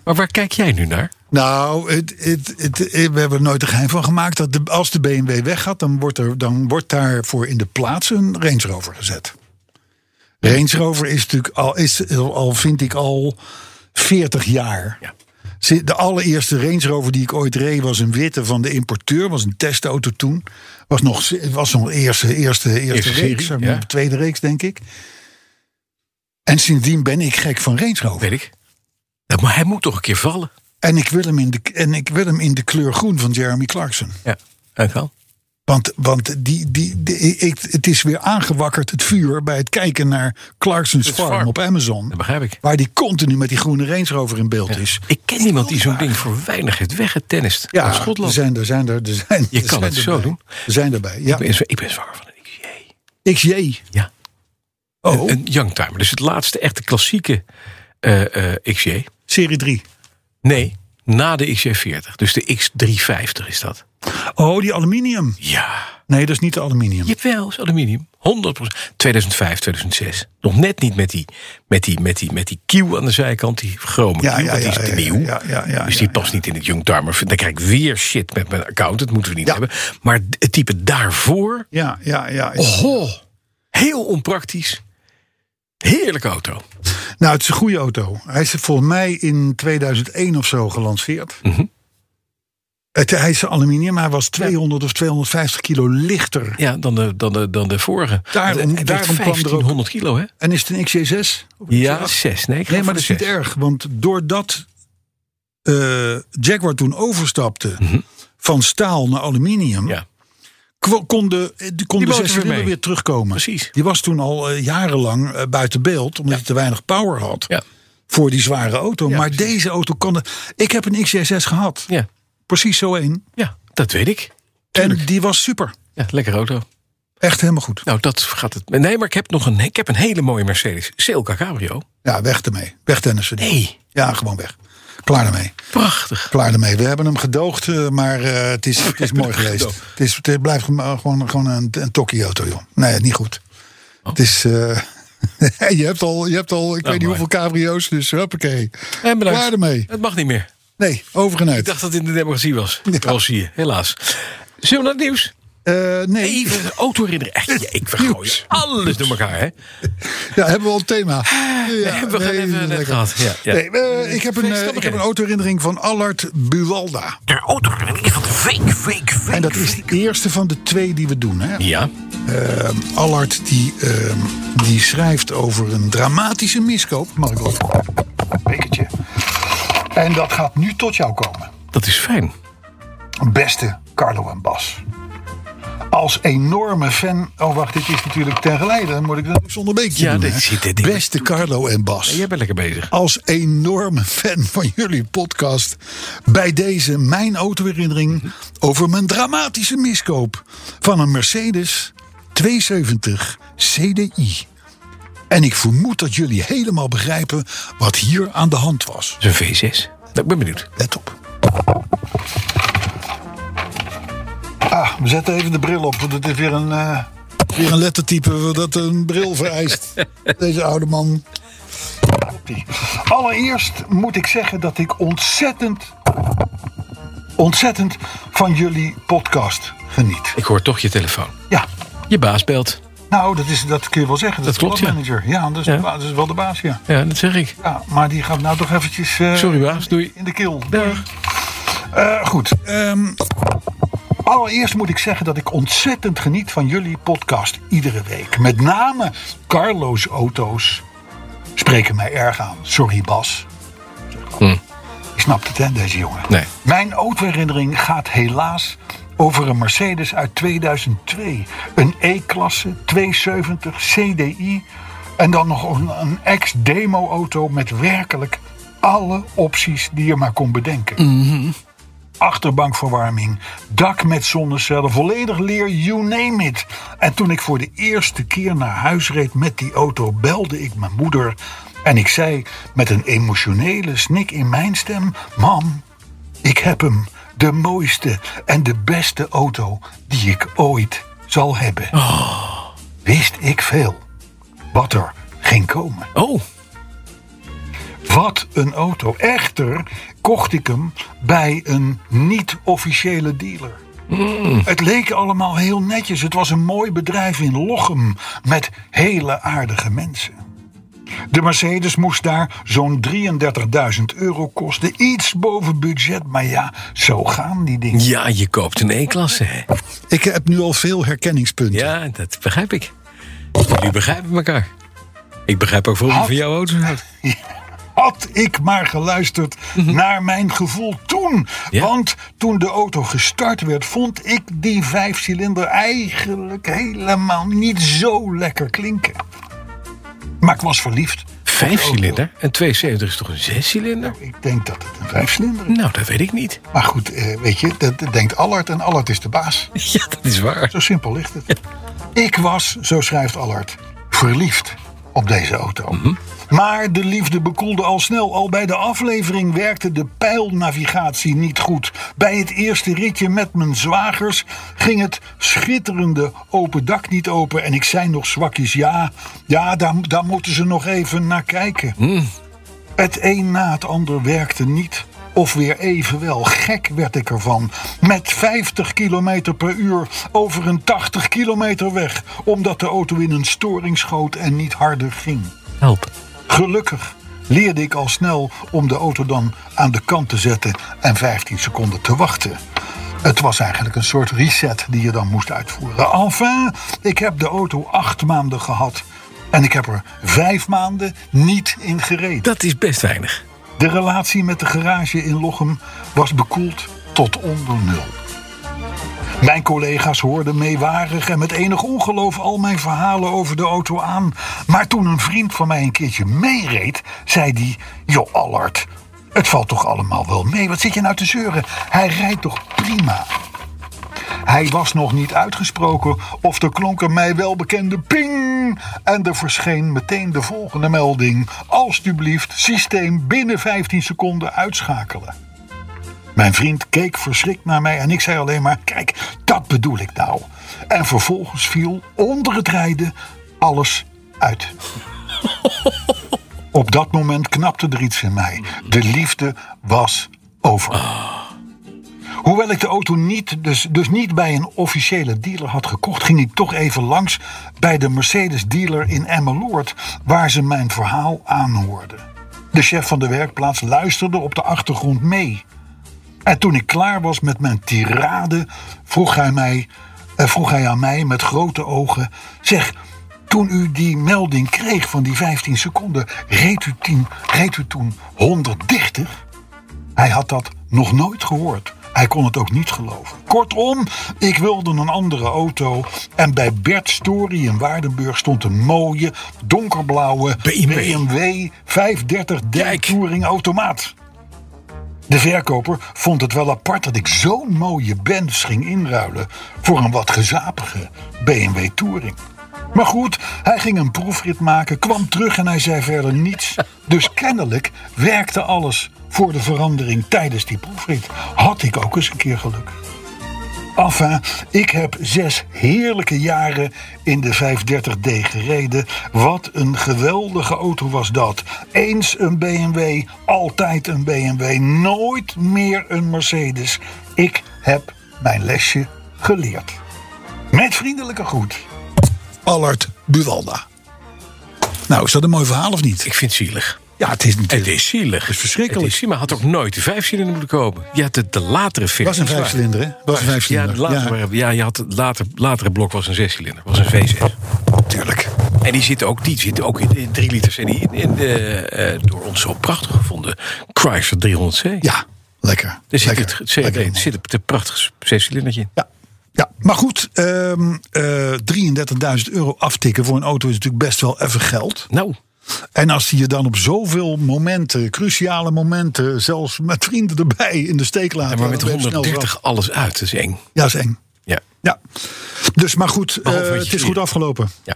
[SPEAKER 2] Maar waar kijk jij nu naar?
[SPEAKER 3] Nou, het, het, het- eh, we hebben er nooit een geheim van gemaakt dat de, als de BMW weggaat, dan wordt, er, dan wordt daarvoor in de plaats een Range Rover gezet. Range Rover is natuurlijk al, is al vind ik al 40 jaar.
[SPEAKER 2] Ja.
[SPEAKER 3] Zie- De allereerste Range Rover die ik ooit reed was een witte van de importeur, was een testauto toen. Was nog, ze- was nog eerste, eerste, eerste,
[SPEAKER 2] Eerste serie,
[SPEAKER 3] reeks, zeg
[SPEAKER 2] ja.
[SPEAKER 3] maar, tweede reeks denk ik. En sindsdien ben ik gek van Range Rover.
[SPEAKER 2] Weet ik. Nou, maar hij moet toch een keer vallen?
[SPEAKER 3] En ik, wil hem in de, en ik wil hem in de kleur groen van Jeremy Clarkson.
[SPEAKER 2] Ja, dat kan.
[SPEAKER 3] Want, want die, die, die- ik, het is weer aangewakkerd, het vuur, bij het kijken naar Clarkson's
[SPEAKER 2] Het
[SPEAKER 3] Farm,
[SPEAKER 2] farm.
[SPEAKER 3] op Amazon.
[SPEAKER 2] Dat begrijp ik.
[SPEAKER 3] Waar die continu met die groene Range Rover in beeld is.
[SPEAKER 2] Ik ken iemand die zo'n ding voor weinig heeft weggetennist. Ja,
[SPEAKER 3] er
[SPEAKER 2] Schotland.
[SPEAKER 3] zijn er, zijn er, er zijn
[SPEAKER 2] Je
[SPEAKER 3] er
[SPEAKER 2] kan
[SPEAKER 3] zijn
[SPEAKER 2] het zo
[SPEAKER 3] erbij.
[SPEAKER 2] doen.
[SPEAKER 3] Er zijn erbij, ja.
[SPEAKER 2] Ik, ben, ik ben zwaar van een XJ.
[SPEAKER 3] XJ.
[SPEAKER 2] Ja.
[SPEAKER 3] Oh,
[SPEAKER 2] Een, een Youngtimer. Dus het laatste echte klassieke eh, eh, XJ.
[SPEAKER 3] serie 3.
[SPEAKER 2] Nee, na de XJ40. Dus de X350 is dat.
[SPEAKER 3] Oh, die aluminium.
[SPEAKER 2] Ja.
[SPEAKER 3] Nee, dat is niet de aluminium.
[SPEAKER 2] Jawel, is aluminium. 100%. 2005, 2006. Nog net niet met die, met die, met die, met die kieuw aan de zijkant. Die chrome
[SPEAKER 3] Ja,
[SPEAKER 2] kieuw,
[SPEAKER 3] ja,
[SPEAKER 2] want
[SPEAKER 3] ja,
[SPEAKER 2] die is
[SPEAKER 3] ja,
[SPEAKER 2] te nieuw.
[SPEAKER 3] ja, ja, ja,
[SPEAKER 2] dus
[SPEAKER 3] ja,
[SPEAKER 2] die
[SPEAKER 3] ja.
[SPEAKER 2] past niet in het Youngtimer. Dan krijg ik weer shit met mijn account. Dat moeten we niet
[SPEAKER 3] Ja.
[SPEAKER 2] hebben. Maar het type daarvoor...
[SPEAKER 3] Ja, ja, ja. ja.
[SPEAKER 2] Oh, heel onpraktisch. Heerlijke auto.
[SPEAKER 3] Nou, het is een goede
[SPEAKER 2] Mhm.
[SPEAKER 3] auto. Hij is volgens mij in 2001 of zo gelanceerd. Het, hij is aluminium, maar hij was 200 of 250 kilo lichter.
[SPEAKER 2] Ja, dan de, dan de, dan de vorige.
[SPEAKER 3] Daarom-
[SPEAKER 2] Het- het werd
[SPEAKER 3] daarom kwam er ook-
[SPEAKER 2] 1500 kilo, hè?
[SPEAKER 3] En is het een XJ6? Of een
[SPEAKER 2] Ja,
[SPEAKER 3] XJ8?
[SPEAKER 2] zes. Nee, ik ga
[SPEAKER 3] Nee, maar
[SPEAKER 2] voor
[SPEAKER 3] dat is
[SPEAKER 2] de
[SPEAKER 3] niet
[SPEAKER 2] zes.
[SPEAKER 3] erg. Want doordat eh, Jaguar toen overstapte van staal naar aluminium...
[SPEAKER 2] Mhm. Ja.
[SPEAKER 3] kwo- kon de, eh, die
[SPEAKER 2] Die
[SPEAKER 3] kon de
[SPEAKER 2] motor weer
[SPEAKER 3] zescilinder
[SPEAKER 2] mee.
[SPEAKER 3] weer terugkomen.
[SPEAKER 2] Precies.
[SPEAKER 3] Die was toen al eh, jarenlang eh, buiten beeld, omdat hij te weinig power had.
[SPEAKER 2] Ja.
[SPEAKER 3] Voor die zware auto.
[SPEAKER 2] Ja,
[SPEAKER 3] maar
[SPEAKER 2] precies.
[SPEAKER 3] deze auto kan. de- Ik heb een XJ6 gehad.
[SPEAKER 2] Ja.
[SPEAKER 3] Precies zo één.
[SPEAKER 2] ja, dat weet ik.
[SPEAKER 3] En die was super.
[SPEAKER 2] Ja, lekker auto.
[SPEAKER 3] Echt helemaal goed.
[SPEAKER 2] Nou, dat gaat het. Nee, maar ik heb nog een, ik heb een hele mooie Mercedes. CLK Cabrio.
[SPEAKER 3] Ja, weg ermee. Weg Dennis.
[SPEAKER 2] Nee,
[SPEAKER 3] Ja, gewoon weg. Klaar ermee.
[SPEAKER 2] prachtig.
[SPEAKER 3] Klaar ermee. We hebben hem gedoogd, eh, maar eh, het is, het
[SPEAKER 2] (laughs)
[SPEAKER 3] is mooi geweest.
[SPEAKER 2] gedoogd.
[SPEAKER 3] Het, is, het blijft gem- eh, gewoon, gewoon een, een tokkie auto, joh. Nee, niet goed.
[SPEAKER 2] Oh.
[SPEAKER 3] Het is... eh, (laughs) je, hebt al, je hebt al, ik weet niet
[SPEAKER 2] mooi.
[SPEAKER 3] hoeveel cabrio's, dus hoppakee.
[SPEAKER 2] En Eh, bedankt.
[SPEAKER 3] Klaar ermee.
[SPEAKER 2] Het mag niet meer.
[SPEAKER 3] Nee, over en
[SPEAKER 2] Ik
[SPEAKER 3] uit.
[SPEAKER 2] dacht dat het in de democratie was.
[SPEAKER 3] Ja.
[SPEAKER 2] Wel zie je, helaas. Zullen we naar het nieuws?
[SPEAKER 3] Eh, nee,
[SPEAKER 2] Even een auto herinneren. Echt, ja, ik vergooi
[SPEAKER 3] Nieuws.
[SPEAKER 2] alles door elkaar, hè?
[SPEAKER 3] (laughs) ja, hebben we al een thema. Ja,
[SPEAKER 2] hebben Ah, we
[SPEAKER 3] nee,
[SPEAKER 2] even net
[SPEAKER 3] lekker.
[SPEAKER 2] gehad. Ja, ja.
[SPEAKER 3] Nee, eh, ik, heb een, eh,
[SPEAKER 2] Snap
[SPEAKER 3] ik
[SPEAKER 2] ik
[SPEAKER 3] heb een
[SPEAKER 2] het.
[SPEAKER 3] autoherinnering van Allard Buwalda.
[SPEAKER 1] De auto van de week, week, week.
[SPEAKER 3] En dat is de eerste van de twee die we doen. Hè?
[SPEAKER 2] Ja,
[SPEAKER 3] Allard die, ehm, die schrijft over een dramatische miskoop. Mag ik wel? Bekertje. En dat gaat nu tot jou komen.
[SPEAKER 2] dat is fijn.
[SPEAKER 3] Beste Carlo en Bas. Als enorme fan... Oh, wacht, dit is natuurlijk ten geleide. Dan moet ik dat zonder beekje
[SPEAKER 2] Ja,
[SPEAKER 3] doen.
[SPEAKER 2] dit
[SPEAKER 3] hè?
[SPEAKER 2] zit- dit- dit-
[SPEAKER 3] Beste Carlo en Bas.
[SPEAKER 2] Jij bent lekker bezig.
[SPEAKER 3] Als enorme fan van jullie podcast. Bij deze mijn autoherinnering over mijn dramatische miskoop van een Mercedes 270 CDI. En ik vermoed dat jullie helemaal begrijpen wat hier aan de hand was.
[SPEAKER 2] Dat is een V6. Nou, Ik ben benieuwd.
[SPEAKER 3] Let op. Ah, we zetten even de bril op, want het is weer een, eh, weer een lettertype dat een bril vereist.
[SPEAKER 2] (laughs)
[SPEAKER 3] Deze oude man. Allereerst moet ik zeggen dat ik ontzettend, ontzettend van jullie podcast geniet.
[SPEAKER 2] Ik hoor toch je telefoon.
[SPEAKER 3] Ja,
[SPEAKER 2] Je baas belt.
[SPEAKER 3] nou, dat, is, dat kun je wel zeggen.
[SPEAKER 2] Dat
[SPEAKER 3] is wel
[SPEAKER 2] klopt,
[SPEAKER 3] de
[SPEAKER 2] ja.
[SPEAKER 3] manager. Ja, dat is,
[SPEAKER 2] Ja.
[SPEAKER 3] de ba- dat is wel de baas, ja.
[SPEAKER 2] Ja, dat zeg ik.
[SPEAKER 3] ja. Maar die gaat nou toch eventjes... eh,
[SPEAKER 2] Sorry, baas. Doei.
[SPEAKER 3] In de keel.
[SPEAKER 2] Dag.
[SPEAKER 3] Eh, goed. ehm, allereerst moet ik zeggen dat ik ontzettend geniet van jullie podcast iedere week. Met name Carlo's auto's spreken mij erg aan. Sorry Bas. Je snapt het hè, deze jongen.
[SPEAKER 2] Nee.
[SPEAKER 3] Mijn autoherinnering gaat helaas over een Mercedes uit 2002. Een E-klasse 270 CDI. En dan nog een, een ex-demo-auto met werkelijk alle opties die je maar kon bedenken achterbankverwarming, dak met zonnecellen, volledig leer, you name it. En toen ik voor de eerste keer naar huis reed met die auto, belde ik mijn moeder en ik zei met een emotionele snik in mijn stem: Mam, ik heb hem, de mooiste en de beste auto die ik ooit zal hebben. Wist ik veel wat er ging komen.
[SPEAKER 2] Oh,
[SPEAKER 3] Wat een auto. Echter kocht ik hem bij een niet-officiële dealer. Het leek allemaal heel netjes. Het was een mooi bedrijf in Lochem met hele aardige mensen. De Mercedes moest daar zo'n 33.000 euro kosten. Iets boven budget, maar ja, zo gaan die dingen.
[SPEAKER 2] ja, je koopt een E-klasse, hè?
[SPEAKER 3] Ik heb nu al veel herkenningspunten.
[SPEAKER 2] Ja, dat begrijp ik. Jullie begrijpen elkaar. Ik begrijp ook waarom je van jouw auto houdt.
[SPEAKER 3] (laughs) Had ik maar geluisterd naar mijn gevoel toen.
[SPEAKER 2] Ja.
[SPEAKER 3] Want toen de auto gestart werd, vond ik die vijfcilinder eigenlijk helemaal niet zo lekker klinken. Maar ik was verliefd.
[SPEAKER 2] Vijfcilinder? Een 270 is toch een zescilinder?
[SPEAKER 3] Ik denk dat het een vijfcilinder is.
[SPEAKER 2] Nou, dat weet ik
[SPEAKER 3] (laughs)
[SPEAKER 2] niet.
[SPEAKER 3] Maar goed, eh, weet je, dat denkt Allard en Allard is de baas.
[SPEAKER 2] Ja, dat is waar.
[SPEAKER 3] Zo simpel ligt het. Ik was, zo schrijft Allard, verliefd op deze auto. Maar de liefde bekoelde al snel. Al bij de aflevering werkte de pijlnavigatie niet goed. Bij het eerste ritje met mijn zwagers ging het schitterende open dak niet open. En ik zei nog zwakjes, ja, ja daar, daar moeten ze nog even naar kijken. Het een na het ander werkte niet. Of weer evenwel, gek werd ik ervan. Met 50 km per uur over een 80 kilometer weg. Omdat de auto in een storing schoot en niet harder ging.
[SPEAKER 2] Help.
[SPEAKER 3] Gelukkig leerde ik al snel om de auto dan aan de kant te zetten en 15 seconden te wachten. Het was eigenlijk een soort reset die je dan moest uitvoeren. Enfin, ik heb de auto acht maanden gehad. En ik heb er vijf maanden niet in gereden.
[SPEAKER 2] Dat is best weinig.
[SPEAKER 3] De relatie met de garage in Lochem was bekoeld tot onder nul. Mijn collega's hoorden meewarig en met enig ongeloof al mijn verhalen over de auto aan. Maar toen een vriend van mij een keertje meereed, zei die: Joh, Allard, het valt toch allemaal wel mee? Wat zit je nou te zeuren? Hij rijdt toch prima? Hij was nog niet uitgesproken of er klonk een mij welbekende ping. En er verscheen meteen de volgende melding. Alsjeblieft, systeem binnen 15 seconden uitschakelen. Mijn vriend keek verschrikt naar mij en ik zei alleen maar: Kijk, dat bedoel ik nou. En vervolgens viel onder het rijden alles uit. Op dat moment knapte er iets in mij. De liefde was over. Hoewel ik de auto niet, dus, dus niet bij een officiële dealer had gekocht, ging ik toch even langs bij de Mercedes-dealer in Emmeloord, waar ze mijn verhaal aanhoorden. De chef van de werkplaats luisterde op de achtergrond mee. En toen ik klaar was met mijn tirade, vroeg hij, mij, eh, vroeg hij aan mij met grote ogen: Zeg, toen u die melding kreeg van die 15 seconden, reed u, tien, reed u toen 130? Hij had dat nog nooit gehoord. Hij kon het ook niet geloven. Kortom, ik wilde een andere auto. En bij Bert Story in Waardenburg stond een mooie, donkerblauwe
[SPEAKER 2] BMW.
[SPEAKER 3] BMW 530D
[SPEAKER 2] Kijk.
[SPEAKER 3] Touring Automaat. De verkoper vond het wel apart dat ik zo'n mooie Benz ging inruilen voor een wat gezapige BMW Touring. Maar goed, hij ging een proefrit maken, kwam terug en hij zei verder niets. Dus kennelijk werkte alles voor de verandering tijdens die proefrit. Had ik ook eens een keer geluk. Enfin, ik heb zes heerlijke jaren in de 530D gereden. Wat een geweldige auto was dat. Eens een BMW, altijd een BMW, nooit meer een Mercedes. Ik heb mijn lesje geleerd. Met vriendelijke groet. Allard Buwalda. Nou, is dat een mooi verhaal of niet?
[SPEAKER 2] Ik vind het zielig.
[SPEAKER 3] Ja, het is
[SPEAKER 2] Het
[SPEAKER 3] natuurlijk...
[SPEAKER 2] is zielig. Het is
[SPEAKER 3] verschrikkelijk.
[SPEAKER 2] Het maar had ook nooit de vijfcilinder moeten komen. Je had de, de latere
[SPEAKER 3] Het
[SPEAKER 2] versie.
[SPEAKER 3] was een vijfcilinder, hè? was een
[SPEAKER 2] Ja,
[SPEAKER 3] vijfcilinder.
[SPEAKER 2] de latere, ja. je had het later, latere blok was een zescilinder. was een V6.
[SPEAKER 3] natuurlijk.
[SPEAKER 2] En die zit ook, die zit ook in, in drie liters. En die in, in de, eh, door ons zo prachtig gevonden Chrysler 300C.
[SPEAKER 3] Ja, lekker.
[SPEAKER 2] Er zit
[SPEAKER 3] lekker,
[SPEAKER 2] het CD,
[SPEAKER 3] lekker,
[SPEAKER 2] er
[SPEAKER 3] man.
[SPEAKER 2] zit het een prachtig zescilindertje in.
[SPEAKER 3] Ja. Ja, maar goed, ehm, eh, 33.000 euro aftikken voor een auto is natuurlijk best wel even geld.
[SPEAKER 2] Nou,
[SPEAKER 3] En als die je dan op zoveel momenten, cruciale momenten, zelfs met vrienden erbij in de steek laat.
[SPEAKER 2] en maar met
[SPEAKER 3] dan ben je snel
[SPEAKER 2] 130 alles uit. Dat is eng.
[SPEAKER 3] zo- Ja, is eng.
[SPEAKER 2] Ja.
[SPEAKER 3] Ja. Dus maar goed,
[SPEAKER 2] Behalve
[SPEAKER 3] eh,
[SPEAKER 2] wat je
[SPEAKER 3] het is
[SPEAKER 2] viert.
[SPEAKER 3] goed afgelopen.
[SPEAKER 2] ja.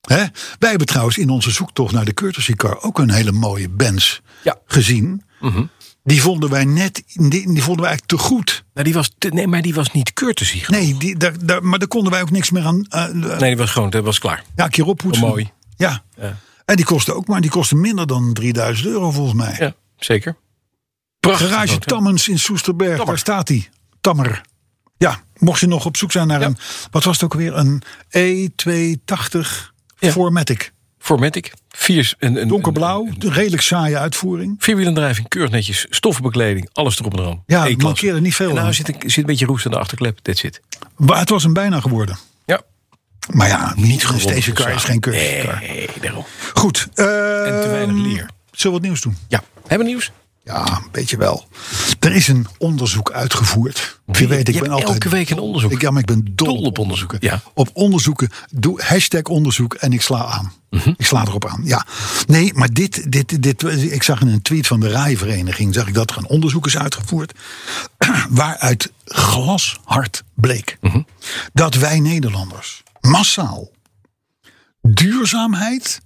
[SPEAKER 3] Hè? Wij hebben trouwens in onze zoektocht naar de courtesy car ook een hele mooie Benz
[SPEAKER 2] Ja.
[SPEAKER 3] gezien.
[SPEAKER 2] Mhm.
[SPEAKER 3] Die vonden wij net, die, die vonden wij eigenlijk te goed.
[SPEAKER 2] Nou, die was te- nee, maar die was niet courtesy.
[SPEAKER 3] Nee, die, daar, daar, maar daar konden wij ook niks meer aan. eh,
[SPEAKER 2] Nee, die was gewoon, dat was klaar.
[SPEAKER 3] Ja, een keer oppoetsen.
[SPEAKER 2] Oh, mooi.
[SPEAKER 3] Ja.
[SPEAKER 2] Ja.
[SPEAKER 3] En die kosten ook maar, die kosten minder dan 3000 euro volgens mij.
[SPEAKER 2] Ja, zeker. Prachtig.
[SPEAKER 3] Garage Tammens in Soesterberg,
[SPEAKER 2] Tammer.
[SPEAKER 3] daar staat hij. Tammer. Ja, mocht je nog op zoek zijn naar
[SPEAKER 2] Ja.
[SPEAKER 3] een, wat was het ook weer, een E280
[SPEAKER 2] Ja.
[SPEAKER 3] Formatic.
[SPEAKER 2] Formatic. Vier, een, een,
[SPEAKER 3] Donkerblauw,
[SPEAKER 2] een- een-
[SPEAKER 3] redelijk saaie uitvoering.
[SPEAKER 2] Vierwielendrijving, keurig netjes, stoffenbekleding, alles erop en eraan.
[SPEAKER 3] Ja,
[SPEAKER 2] E-klasse.
[SPEAKER 3] het mankeerde niet veel
[SPEAKER 2] En nou
[SPEAKER 3] aan.
[SPEAKER 2] zit een, zit een beetje roest aan de achterklep, dit zit.
[SPEAKER 3] Maar het was een bijna geworden.
[SPEAKER 2] Ja.
[SPEAKER 3] Maar ja, niet
[SPEAKER 2] Gewoon
[SPEAKER 3] deze car is
[SPEAKER 2] geslaagd.
[SPEAKER 3] geen cursus car.
[SPEAKER 2] dus Nee, daarom.
[SPEAKER 3] Goed. en
[SPEAKER 2] te weinig leer.
[SPEAKER 3] Zullen we wat nieuws doen?
[SPEAKER 2] Ja, hebben we nieuws?
[SPEAKER 3] Ja, een beetje wel. Er is een onderzoek uitgevoerd. Je weet, ik
[SPEAKER 2] Je
[SPEAKER 3] ben
[SPEAKER 2] hebt
[SPEAKER 3] altijd
[SPEAKER 2] elke week een onderzoek.
[SPEAKER 3] Ik, ja, maar ik ben dol,
[SPEAKER 2] Dol
[SPEAKER 3] op
[SPEAKER 2] op
[SPEAKER 3] onderzoeken.
[SPEAKER 2] onderzoeken, ja.
[SPEAKER 3] Op onderzoeken, doe hashtag onderzoek en ik sla aan.
[SPEAKER 2] Mhm.
[SPEAKER 3] Ik sla erop aan, ja. Nee, maar dit, dit, dit, ik zag in een tweet van de RAI-vereniging... zag ik dat er een onderzoek is uitgevoerd... (clears throat) waaruit glashard bleek...
[SPEAKER 2] Mhm.
[SPEAKER 3] dat wij Nederlanders massaal duurzaamheid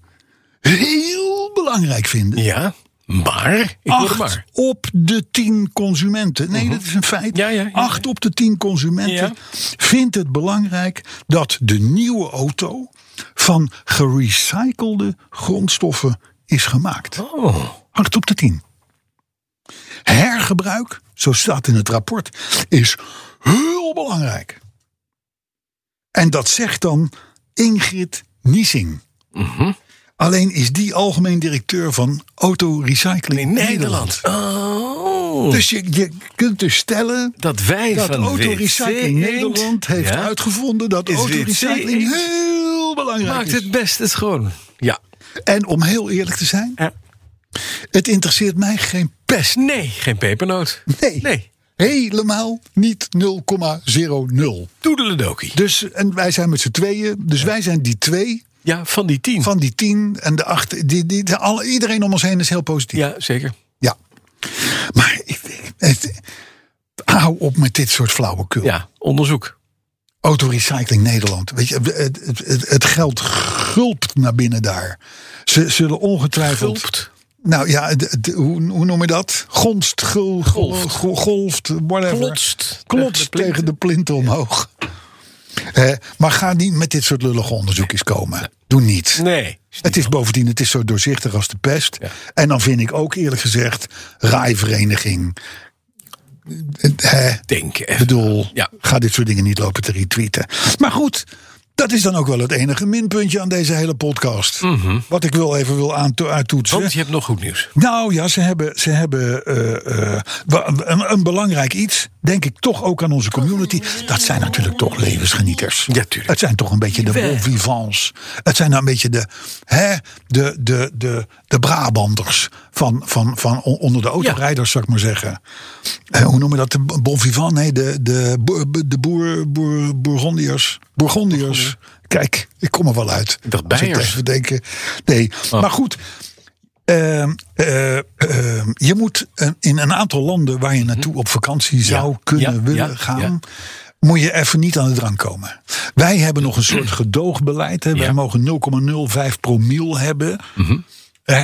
[SPEAKER 3] heel belangrijk vinden.
[SPEAKER 2] Ja, maar, ik hoorde
[SPEAKER 3] Acht
[SPEAKER 2] maar. Uh-huh.
[SPEAKER 3] op de tien consumenten. Nee, dat is een feit.
[SPEAKER 2] Ja, ja, ja, ja.
[SPEAKER 3] Acht op de tien consumenten
[SPEAKER 2] Ja.
[SPEAKER 3] vindt het belangrijk dat de nieuwe auto van gerecyclede grondstoffen is gemaakt.
[SPEAKER 2] Oh,
[SPEAKER 3] Acht op de tien. Hergebruik, zo staat in het rapport, is heel belangrijk. En dat zegt dan Ingrid Niesing.
[SPEAKER 2] Uh-huh.
[SPEAKER 3] Alleen is die algemeen directeur van Auto Recycling
[SPEAKER 2] in Nederland. Oh. Oh,
[SPEAKER 3] Dus je, je kunt dus stellen
[SPEAKER 2] dat wij
[SPEAKER 3] dat
[SPEAKER 2] van
[SPEAKER 3] autorecycling
[SPEAKER 2] WC Eend-
[SPEAKER 3] Nederland heeft
[SPEAKER 2] Ja,
[SPEAKER 3] uitgevonden dat
[SPEAKER 2] Is WC
[SPEAKER 3] autorecycling
[SPEAKER 2] Eend-
[SPEAKER 3] heel belangrijk
[SPEAKER 2] Maakt
[SPEAKER 3] is.
[SPEAKER 2] het best het schoon. Ja.
[SPEAKER 3] En om heel eerlijk te zijn,
[SPEAKER 2] Ja.
[SPEAKER 3] het interesseert mij geen pest.
[SPEAKER 2] Nee, geen pepernoot.
[SPEAKER 3] Nee.
[SPEAKER 2] Nee.
[SPEAKER 3] Helemaal niet 0,00.
[SPEAKER 2] Toedeledokie.
[SPEAKER 3] Dus, en wij zijn met z'n tweeën, dus wij zijn die twee
[SPEAKER 2] Ja, van die tien.
[SPEAKER 3] van die tien en de acht. Die, die, de- alle, iedereen om ons heen is heel positief.
[SPEAKER 2] Ja, zeker.
[SPEAKER 3] Ja. Maar ik, ik- het, hou op met dit soort flauwekul.
[SPEAKER 2] Ja, onderzoek.
[SPEAKER 3] Autorecycling Nederland. Weet je, het, het, het, het geld gulpt naar binnen daar. Ze zullen ongetwijfeld.
[SPEAKER 2] Gulpt.
[SPEAKER 3] Nou ja, het- het- hoe, hoe noem je dat? Gonst, gul, golft,
[SPEAKER 2] Golft.
[SPEAKER 3] golft whatever.
[SPEAKER 2] Klotst.
[SPEAKER 3] Klotst
[SPEAKER 2] Tegen de
[SPEAKER 3] tegen de plinten omhoog. Hè, maar ga niet met dit soort lullige onderzoekjes komen. Doe niet.
[SPEAKER 2] Nee.
[SPEAKER 3] Het is bovendien, het is zo doorzichtig als de pest.
[SPEAKER 2] Ja.
[SPEAKER 3] En dan vind ik ook eerlijk gezegd, rijvereniging. Hè,
[SPEAKER 2] Denk
[SPEAKER 3] ik
[SPEAKER 2] even.
[SPEAKER 3] bedoel,
[SPEAKER 2] Ja.
[SPEAKER 3] ga dit soort dingen niet lopen te retweeten. Maar goed, dat is dan ook wel het enige minpuntje aan deze hele podcast. Wat ik wel even wil aanto- uittoetsen.
[SPEAKER 2] Mhm. Want je hebt nog goed nieuws.
[SPEAKER 3] Nou ja, ze hebben, ze hebben eh, eh, wa- een, een belangrijk iets, denk ik toch ook aan onze community. Dat zijn natuurlijk toch levensgenieters.
[SPEAKER 2] Ja, tuurlijk.
[SPEAKER 3] Het zijn toch een beetje de bon vivants. Het zijn nou een beetje de, hè, de, de, de, de Brabanders van, van, van on- onder de autorijders, zou ik maar zeggen. Eh, hoe noemen we dat? De bon vivant? Nee, de, de, boer- de boer, boer, Bourgondiërs. Bourgondiërs. Kijk, ik kom er wel uit.
[SPEAKER 2] dacht
[SPEAKER 3] Als het
[SPEAKER 2] Beiers. Oh.
[SPEAKER 3] even denken. Nee, maar goed. Ehm, eh, ehm, je moet een- in een aantal landen waar je naartoe op vakantie zou kunnen
[SPEAKER 2] ja,
[SPEAKER 3] willen
[SPEAKER 2] ja,
[SPEAKER 3] gaan.
[SPEAKER 2] ja.
[SPEAKER 3] Moet je even niet aan de drank komen. Wij hebben nog een soort gedoogbeleid. Hè. Wij
[SPEAKER 2] Ja. Mhm.
[SPEAKER 3] mogen 0,05 promiel hebben. Eh,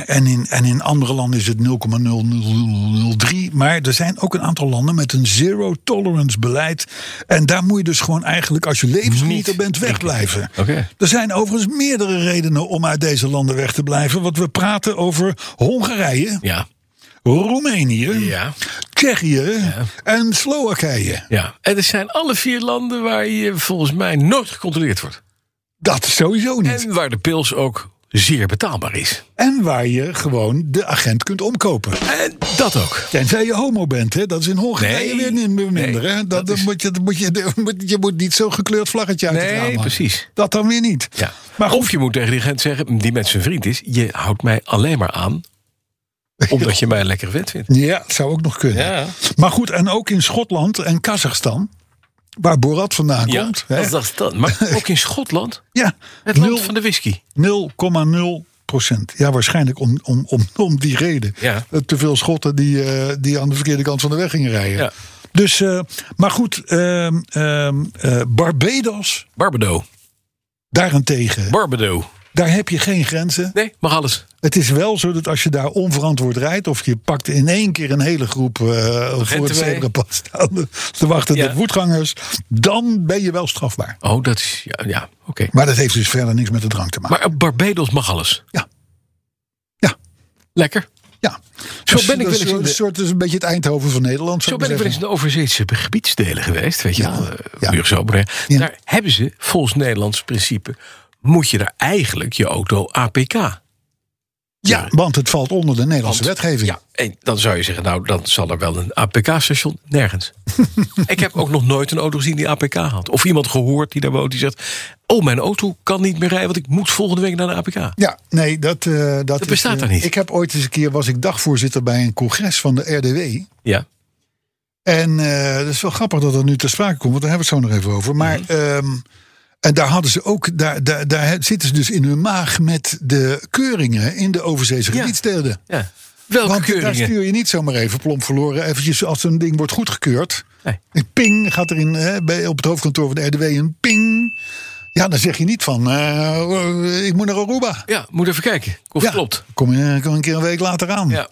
[SPEAKER 3] En in, en in andere landen is het 0,0003. Maar er zijn ook een aantal landen met een zero tolerance beleid. En daar moet je dus gewoon eigenlijk als je levensgenieter
[SPEAKER 2] Niet
[SPEAKER 3] bent wegblijven.
[SPEAKER 2] Oké.
[SPEAKER 3] Er zijn overigens meerdere redenen om uit deze landen weg te blijven. Want we praten over Hongarije,
[SPEAKER 2] Ja.
[SPEAKER 3] Roemenië,
[SPEAKER 2] Ja.
[SPEAKER 3] Tsjechië en Slowakije.
[SPEAKER 2] Ja. En er zijn alle vier landen waar je volgens mij nooit gecontroleerd wordt.
[SPEAKER 3] Dat sowieso niet.
[SPEAKER 2] En waar de pils ook zeer betaalbaar is.
[SPEAKER 3] En waar je gewoon de agent kunt omkopen.
[SPEAKER 2] En dat ook.
[SPEAKER 3] Tenzij je homo bent, hè? dat is in
[SPEAKER 2] Nee,
[SPEAKER 3] Hongarije weer niet meer minder.
[SPEAKER 2] nee,
[SPEAKER 3] hè? Dat,
[SPEAKER 2] dat
[SPEAKER 3] dan
[SPEAKER 2] is-
[SPEAKER 3] moet je, dan moet je, dan moet- je moet niet zo'n gekleurd vlaggetje uit het raam
[SPEAKER 2] Nee,
[SPEAKER 3] hangen.
[SPEAKER 2] precies.
[SPEAKER 3] Dat dan weer niet.
[SPEAKER 2] Ja.
[SPEAKER 3] Maar goed,
[SPEAKER 2] of je moet tegen die agent zeggen, die met zijn vriend is... je houdt mij alleen maar
[SPEAKER 3] (laughs)
[SPEAKER 2] aan omdat je mij een lekkere vent vindt.
[SPEAKER 3] ja, zou ook nog kunnen.
[SPEAKER 2] Ja.
[SPEAKER 3] Maar goed, en ook in Schotland en Kazachstan, waar Borat vandaan komt. Hè?
[SPEAKER 2] dat is dat. Maar ook in Schotland,
[SPEAKER 3] Ja,
[SPEAKER 2] het land van de whisky.
[SPEAKER 3] 0,0 procent. Ja, waarschijnlijk om, om, om, om die reden.
[SPEAKER 2] Ja.
[SPEAKER 3] Eh, Te veel schotten die, eh, die aan de verkeerde kant van de weg gingen rijden.
[SPEAKER 2] Ja.
[SPEAKER 3] Dus, eh, maar goed, ehm, ehm, eh, Barbados
[SPEAKER 2] Barbado.
[SPEAKER 3] daarentegen,
[SPEAKER 2] Barbado.
[SPEAKER 3] daar heb je geen grenzen.
[SPEAKER 2] Nee, mag alles.
[SPEAKER 3] Het is wel zo dat als je daar onverantwoord rijdt... of je pakt in één keer een hele groep eh, voor het
[SPEAKER 2] Agenten mee.
[SPEAKER 3] zebrapad staan... te wachten
[SPEAKER 2] Ja.
[SPEAKER 3] op voetgangers, dan ben je wel strafbaar.
[SPEAKER 2] Oh, dat is... Ja, ja oké.
[SPEAKER 3] Maar dat heeft dus verder niks met de drank te maken.
[SPEAKER 2] Maar op Barbados mag alles.
[SPEAKER 3] Ja. Ja.
[SPEAKER 2] Lekker.
[SPEAKER 3] Ja.
[SPEAKER 2] Zo
[SPEAKER 3] Dus
[SPEAKER 2] ben ik
[SPEAKER 3] dat
[SPEAKER 2] wel eens
[SPEAKER 3] is
[SPEAKER 2] in de-
[SPEAKER 3] een soort is een beetje het Eindhoven van Nederland.
[SPEAKER 2] Zo
[SPEAKER 3] zou
[SPEAKER 2] ben ik
[SPEAKER 3] maar
[SPEAKER 2] wel eens in de overzeese gebiedsdelen geweest. Weet je
[SPEAKER 3] Ja,
[SPEAKER 2] wel,
[SPEAKER 3] ja.
[SPEAKER 2] eh, Burgzoberen.
[SPEAKER 3] Ja.
[SPEAKER 2] Daar hebben ze, volgens Nederlands principe... moet je daar eigenlijk je auto APK...
[SPEAKER 3] zeggen. Ja, want het valt onder de Nederlandse
[SPEAKER 2] Want-
[SPEAKER 3] wetgeving.
[SPEAKER 2] Ja, en dan zou je zeggen, nou, dan zal er wel een APK-station.
[SPEAKER 3] (laughs)
[SPEAKER 2] Nergens. ik heb ook nog nooit een auto gezien die APK had. Of iemand gehoord die daar woont die zegt... oh, mijn auto kan niet meer rijden, want ik moet volgende week naar de APK.
[SPEAKER 3] Ja, nee, dat, eh, dat, is,
[SPEAKER 2] bestaat
[SPEAKER 3] eh,
[SPEAKER 2] daar niet.
[SPEAKER 3] Ik heb ooit eens een keer, was ik dagvoorzitter bij een congres van de RDW.
[SPEAKER 2] Ja,
[SPEAKER 3] En eh, dat is wel grappig dat dat nu ter sprake komt, want daar hebben we het zo nog even over. Maar, ehm, en daar hadden ze ook, daar, daar, daar zitten ze dus in hun maag met de keuringen in de overzeese
[SPEAKER 2] Ja.
[SPEAKER 3] gebiedssteden.
[SPEAKER 2] ja. Welke
[SPEAKER 3] Want
[SPEAKER 2] keuringen?
[SPEAKER 3] daar stuur je niet zomaar even plomp verloren. Eventjes als zo'n ding wordt goedgekeurd.
[SPEAKER 2] Nee.
[SPEAKER 3] Een ping gaat er in, hè, bij, op het hoofdkantoor van de RDW een ping. Ja, dan zeg je niet van, eh, ik moet naar Aruba.
[SPEAKER 2] Ja, moet even kijken of
[SPEAKER 3] ja,
[SPEAKER 2] het klopt.
[SPEAKER 3] Kom, je, kom een keer een week later aan.
[SPEAKER 2] Ja.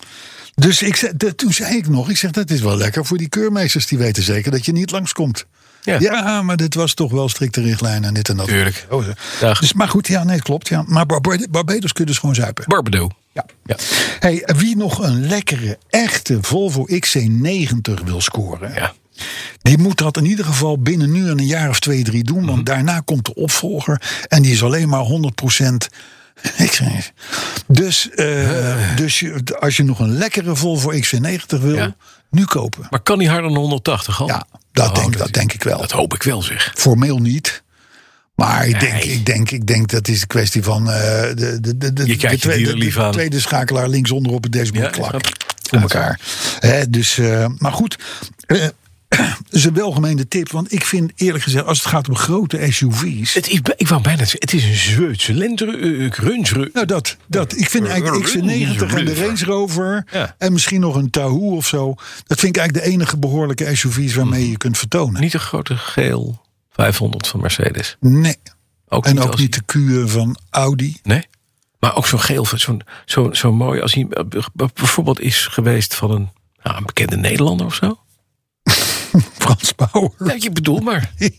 [SPEAKER 3] Dus ik zei, dat- toen zei ik nog, ik zeg, dat is wel lekker voor die keurmeesters. Die weten zeker dat je niet langskomt.
[SPEAKER 2] Ja.
[SPEAKER 3] Ja, maar dit was toch wel strikte richtlijnen en dit en dat.
[SPEAKER 2] Tuurlijk.
[SPEAKER 3] Oh, eh.
[SPEAKER 2] Dag.
[SPEAKER 3] Dus, maar goed, ja, nee, klopt. Ja. Maar Barbados Barbados kun je dus gewoon zuipen.
[SPEAKER 2] Barbado.
[SPEAKER 3] Ja.
[SPEAKER 2] Ja.
[SPEAKER 3] Hey, wie nog een lekkere, echte Volvo XC90 wil scoren,
[SPEAKER 2] Ja.
[SPEAKER 3] die moet dat in ieder geval binnen nu en een jaar of twee, drie doen. Want
[SPEAKER 2] Mhm.
[SPEAKER 3] daarna komt de opvolger en die is alleen maar 100%. (laughs) Ik zeg eens. Dus, eh, dus je- als je nog een lekkere Volvo XC90 wil, Nu kopen.
[SPEAKER 2] Maar kan die harder dan 180 al?
[SPEAKER 3] Ja, dat,
[SPEAKER 2] Oh,
[SPEAKER 3] denk, dat denk ik wel.
[SPEAKER 2] Dat hoop ik wel zeg.
[SPEAKER 3] Formeel niet. Maar ik denk,
[SPEAKER 2] Nee.
[SPEAKER 3] ik denk, ik denk dat is een kwestie van eh, de, de, de, de,
[SPEAKER 2] kijkt
[SPEAKER 3] de
[SPEAKER 2] je
[SPEAKER 3] tweede,
[SPEAKER 2] dieren lief
[SPEAKER 3] de
[SPEAKER 2] aan.
[SPEAKER 3] tweede schakelaar linksonder op het dashboard
[SPEAKER 2] Ja,
[SPEAKER 3] klak.
[SPEAKER 2] dat-
[SPEAKER 3] Voor elkaar. Hè, dus, eh, maar goed, eh, (clears throat) het is een welgemeende tip. Want ik vind eerlijk gezegd, als het gaat om grote SUV's.
[SPEAKER 2] Het is, bij- ik wou bijna zeggen, het is een Zweedse eh, lentere, Runzre.
[SPEAKER 3] nou, dat, dat. Ik vind eigenlijk de XC90 en de Range Rover.
[SPEAKER 2] Ja.
[SPEAKER 3] En misschien nog een Tahoe of zo. Dat vind ik eigenlijk de enige behoorlijke SUV's
[SPEAKER 2] Hmm.
[SPEAKER 3] waarmee je kunt vertonen.
[SPEAKER 2] Niet de grote geel 500 van Mercedes.
[SPEAKER 3] Nee.
[SPEAKER 2] Ook
[SPEAKER 3] En
[SPEAKER 2] niet
[SPEAKER 3] ook
[SPEAKER 2] als-
[SPEAKER 3] niet de Q'en van Audi. (laughs)
[SPEAKER 2] Nee. Maar ook zo'n geel, zo'n zo, zo mooi als hij eh, b- bijvoorbeeld is geweest van een, nou, een bekende Nederlander of zo.
[SPEAKER 3] Frans Bauer.
[SPEAKER 2] Ja, je bedoel maar.
[SPEAKER 3] (laughs)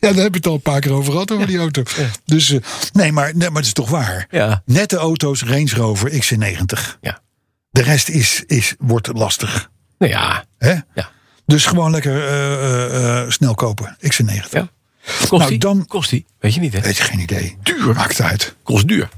[SPEAKER 3] Ja, daar heb je het al een paar keer over gehad, over die auto. Dus, eh, nee, maar, nee, maar het is toch waar.
[SPEAKER 2] Ja.
[SPEAKER 3] Nette auto's, Range Rover, XC90.
[SPEAKER 2] Ja.
[SPEAKER 3] De rest is, is, wordt lastig.
[SPEAKER 2] Nou ja.
[SPEAKER 3] Hè?
[SPEAKER 2] ja.
[SPEAKER 3] Dus gewoon lekker eh, eh, eh, snel kopen, XC90.
[SPEAKER 2] ja. Kost
[SPEAKER 3] Nou,
[SPEAKER 2] die?
[SPEAKER 3] dan-
[SPEAKER 2] Kost die? Weet je niet, hè?
[SPEAKER 3] Weet je, geen idee. Duur. Maakt uit.
[SPEAKER 2] Kost duur.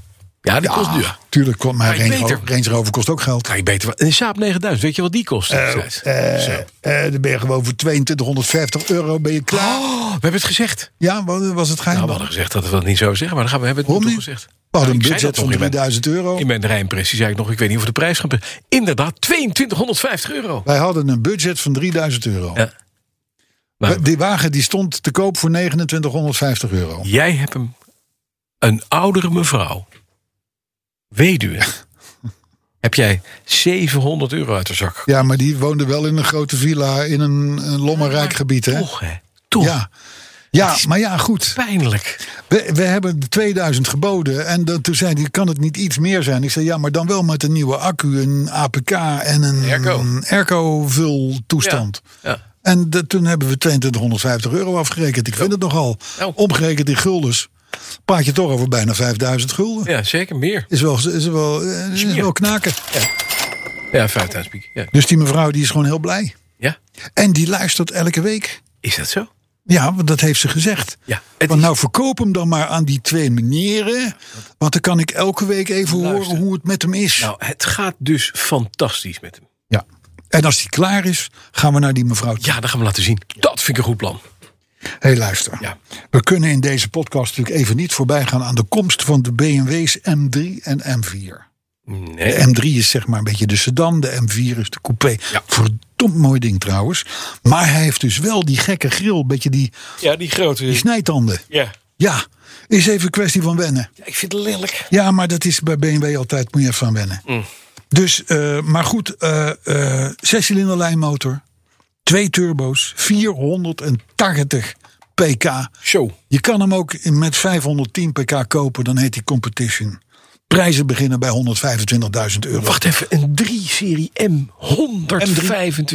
[SPEAKER 2] Ja, die kost duur.
[SPEAKER 3] Tuurlijk, kon- maar
[SPEAKER 2] Maar
[SPEAKER 3] Range
[SPEAKER 2] beter.
[SPEAKER 3] Rover, Range Rover kost ook geld.
[SPEAKER 2] Kan je beter... wel- Een Saab 9000, weet je wat die kost? Gijs?
[SPEAKER 3] Eh,
[SPEAKER 2] Zo.
[SPEAKER 3] eh, dan ben je gewoon voor 2250 euro ben je klaar.
[SPEAKER 2] Oh, we hebben het gezegd.
[SPEAKER 3] Ja, wat was het geheim?
[SPEAKER 2] Nou, we hadden gezegd dat we dat niet zouden zeggen, maar dan gaan we, we hebben het
[SPEAKER 3] Waarom
[SPEAKER 2] nu
[SPEAKER 3] niet?
[SPEAKER 2] gezegd.
[SPEAKER 3] We hadden een
[SPEAKER 2] Ik zei
[SPEAKER 3] budget
[SPEAKER 2] dat nog
[SPEAKER 3] van
[SPEAKER 2] in mijn-
[SPEAKER 3] 3000 euro.
[SPEAKER 2] In mijn rijimpressie zei ik nog, ik weet niet of we de prijs gaan... be- Inderdaad, 2250 euro.
[SPEAKER 3] Wij hadden een budget van 3000 euro.
[SPEAKER 2] Ja. Maar
[SPEAKER 3] die wagen die stond te koop voor 2950 euro.
[SPEAKER 2] jij hebt hem... Een oudere mevrouw.
[SPEAKER 3] (laughs)
[SPEAKER 2] Weduwe. heb jij 700 euro uit de zak.
[SPEAKER 3] Ja, maar die woonde wel in een grote villa in een, een lommerrijk gebied. Hè?
[SPEAKER 2] Toch, hè? Toch.
[SPEAKER 3] Ja. ja, maar ja, goed.
[SPEAKER 2] Pijnlijk.
[SPEAKER 3] We, we hebben 2000 geboden. En dat, toen zei hij, kan het niet iets meer zijn? Ik zei, ja, maar dan wel met een nieuwe accu, een APK en een
[SPEAKER 2] Airco.
[SPEAKER 3] airco-vul toestand.
[SPEAKER 2] Ja.
[SPEAKER 3] En dat- toen hebben we 2250 euro afgerekend. Ik vind het nogal.
[SPEAKER 2] Nou.
[SPEAKER 3] Omgerekend in guldens. Praat je toch over bijna 5000 gulden.
[SPEAKER 2] ja, zeker meer.
[SPEAKER 3] Is wel, is wel, eh, is wel knaken.
[SPEAKER 2] Ja, 5000 piek. Ja.
[SPEAKER 3] Dus die mevrouw die is gewoon heel blij.
[SPEAKER 2] ja,
[SPEAKER 3] En die luistert elke week.
[SPEAKER 2] is dat zo?
[SPEAKER 3] Ja, want dat heeft ze gezegd.
[SPEAKER 2] Ja, het
[SPEAKER 3] want
[SPEAKER 2] is-
[SPEAKER 3] nou verkoop hem dan maar aan die twee meneren. Want dan kan ik elke week even horen hoe het met hem is.
[SPEAKER 2] Nou, het gaat dus fantastisch met hem.
[SPEAKER 3] Ja. En als die klaar is, gaan we naar die mevrouw. toe.
[SPEAKER 2] Ja, dat gaan we laten zien. Dat vind ik een goed plan.
[SPEAKER 3] Hé, hey, luister.
[SPEAKER 2] Ja.
[SPEAKER 3] We kunnen in deze podcast natuurlijk even niet voorbij gaan aan de komst van de BMW's M3 en M4.
[SPEAKER 2] Nee.
[SPEAKER 3] De M3 is zeg maar een beetje de sedan, de M4 is de coupé. Verdomd mooi ding trouwens. Maar hij heeft dus wel die gekke grill, beetje die,
[SPEAKER 2] Ja, die grote.
[SPEAKER 3] die snijtanden.
[SPEAKER 2] Ja.
[SPEAKER 3] Ja, is even een kwestie van wennen.
[SPEAKER 2] Ik vind het lelijk.
[SPEAKER 3] Ja, maar dat is bij BMW altijd, moet je even aan wennen.
[SPEAKER 2] Mm.
[SPEAKER 3] Dus, eh, maar goed, eh eh zescilinder lijnmotor, twee turbo's, 480 pk.
[SPEAKER 2] Zo.
[SPEAKER 3] Je kan hem ook in- met 510 pk kopen, dan heet die competition. Prijzen beginnen bij 125.000 euro.
[SPEAKER 2] Wacht even, een 3-serie M. 125.000.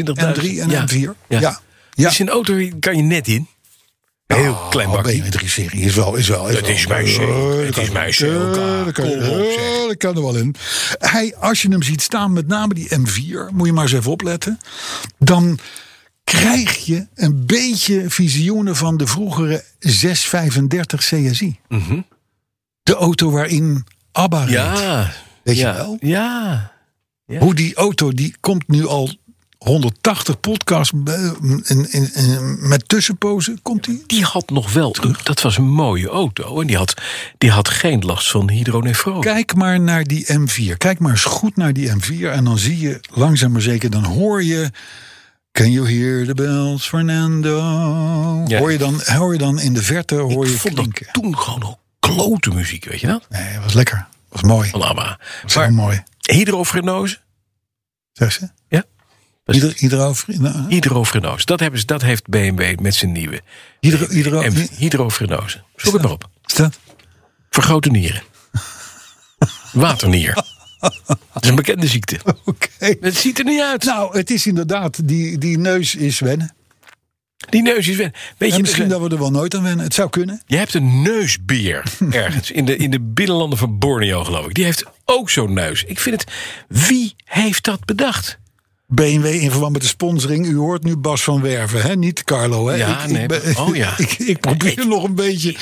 [SPEAKER 3] M3 en
[SPEAKER 2] Ja.
[SPEAKER 3] M4.
[SPEAKER 2] Ja.
[SPEAKER 3] Ja.
[SPEAKER 2] Het is een auto, die kan je net in. Heel klein
[SPEAKER 3] Oh,
[SPEAKER 2] bakje.
[SPEAKER 3] BMW3-serie is wel... Is wel is
[SPEAKER 2] Dat
[SPEAKER 3] wel-
[SPEAKER 2] is mijn zeker.
[SPEAKER 3] Eh,
[SPEAKER 2] Het
[SPEAKER 3] dat
[SPEAKER 2] is
[SPEAKER 3] kan-
[SPEAKER 2] mijn zeker.
[SPEAKER 3] eh, dat kan-
[SPEAKER 2] Kom op, zeg.
[SPEAKER 3] eh, Dat kan er wel in. Hij, als je hem ziet staan, met name die M4, moet je maar eens even opletten. Dan krijg je een beetje visioenen van de vroegere 635 CSI. De auto waarin ABBA reed.
[SPEAKER 2] Mhm. Ja.
[SPEAKER 3] Weet je
[SPEAKER 2] ja.
[SPEAKER 3] wel?
[SPEAKER 2] Ja.
[SPEAKER 3] Hoe die auto, die komt nu al 180 podcasts eh, in- in- in- met tussenpozen, komt die?
[SPEAKER 2] Die had nog wel... Dat was een mooie auto. En die had, die had geen last van hydronefroon.
[SPEAKER 3] Oh. Kijk maar naar die M4. Kijk maar eens goed naar die M4. En dan zie je langzaam maar zeker, dan hoor je. Can you hear the bells, Fernando?
[SPEAKER 2] Ja.
[SPEAKER 3] Hoor, je dan, hoor je dan in de verte hoor je
[SPEAKER 2] Ik vond
[SPEAKER 3] klinken.
[SPEAKER 2] dat toen gewoon al klote muziek, weet je dat?
[SPEAKER 3] Nee, dat was lekker. Dat was mooi.
[SPEAKER 2] Van ABBA.
[SPEAKER 3] Dat was
[SPEAKER 2] Maar
[SPEAKER 3] heel mooi.
[SPEAKER 2] hydrofrenose?
[SPEAKER 3] Zeg ze?
[SPEAKER 2] Ja.
[SPEAKER 3] Ieder, ieder over. nou,
[SPEAKER 2] Hydrofrenose. Dat, hebben ze, dat heeft BMW met zijn nieuwe. eh,
[SPEAKER 3] Ieder, ieder
[SPEAKER 2] En
[SPEAKER 3] over.
[SPEAKER 2] hydrofrenose. Zoek het maar op.
[SPEAKER 3] Is dat?
[SPEAKER 2] Vergrote
[SPEAKER 3] (laughs)
[SPEAKER 2] nieren. Waternier. Dat is een bekende ziekte.
[SPEAKER 3] Oké.
[SPEAKER 2] Het ziet er niet uit.
[SPEAKER 3] Nou, het is inderdaad, die, die neus is wennen.
[SPEAKER 2] Die neus is weg. Weet
[SPEAKER 3] En
[SPEAKER 2] je,
[SPEAKER 3] misschien
[SPEAKER 2] dus,
[SPEAKER 3] dat we er wel nooit aan wennen. Het zou kunnen.
[SPEAKER 2] je hebt een
[SPEAKER 3] (laughs)
[SPEAKER 2] neusbeer ergens. In de, in de binnenlanden van Borneo, geloof ik. Die heeft ook zo'n neus. Ik vind het... Wie heeft dat bedacht?
[SPEAKER 3] BMW in verband met de sponsoring. U hoort nu Bas van Werven, hè? niet Carlo. Hè?
[SPEAKER 2] Ja,
[SPEAKER 3] ik,
[SPEAKER 2] nee,
[SPEAKER 3] ik ben-
[SPEAKER 2] oh ja.
[SPEAKER 3] (laughs) ik, ik probeer nog een beetje.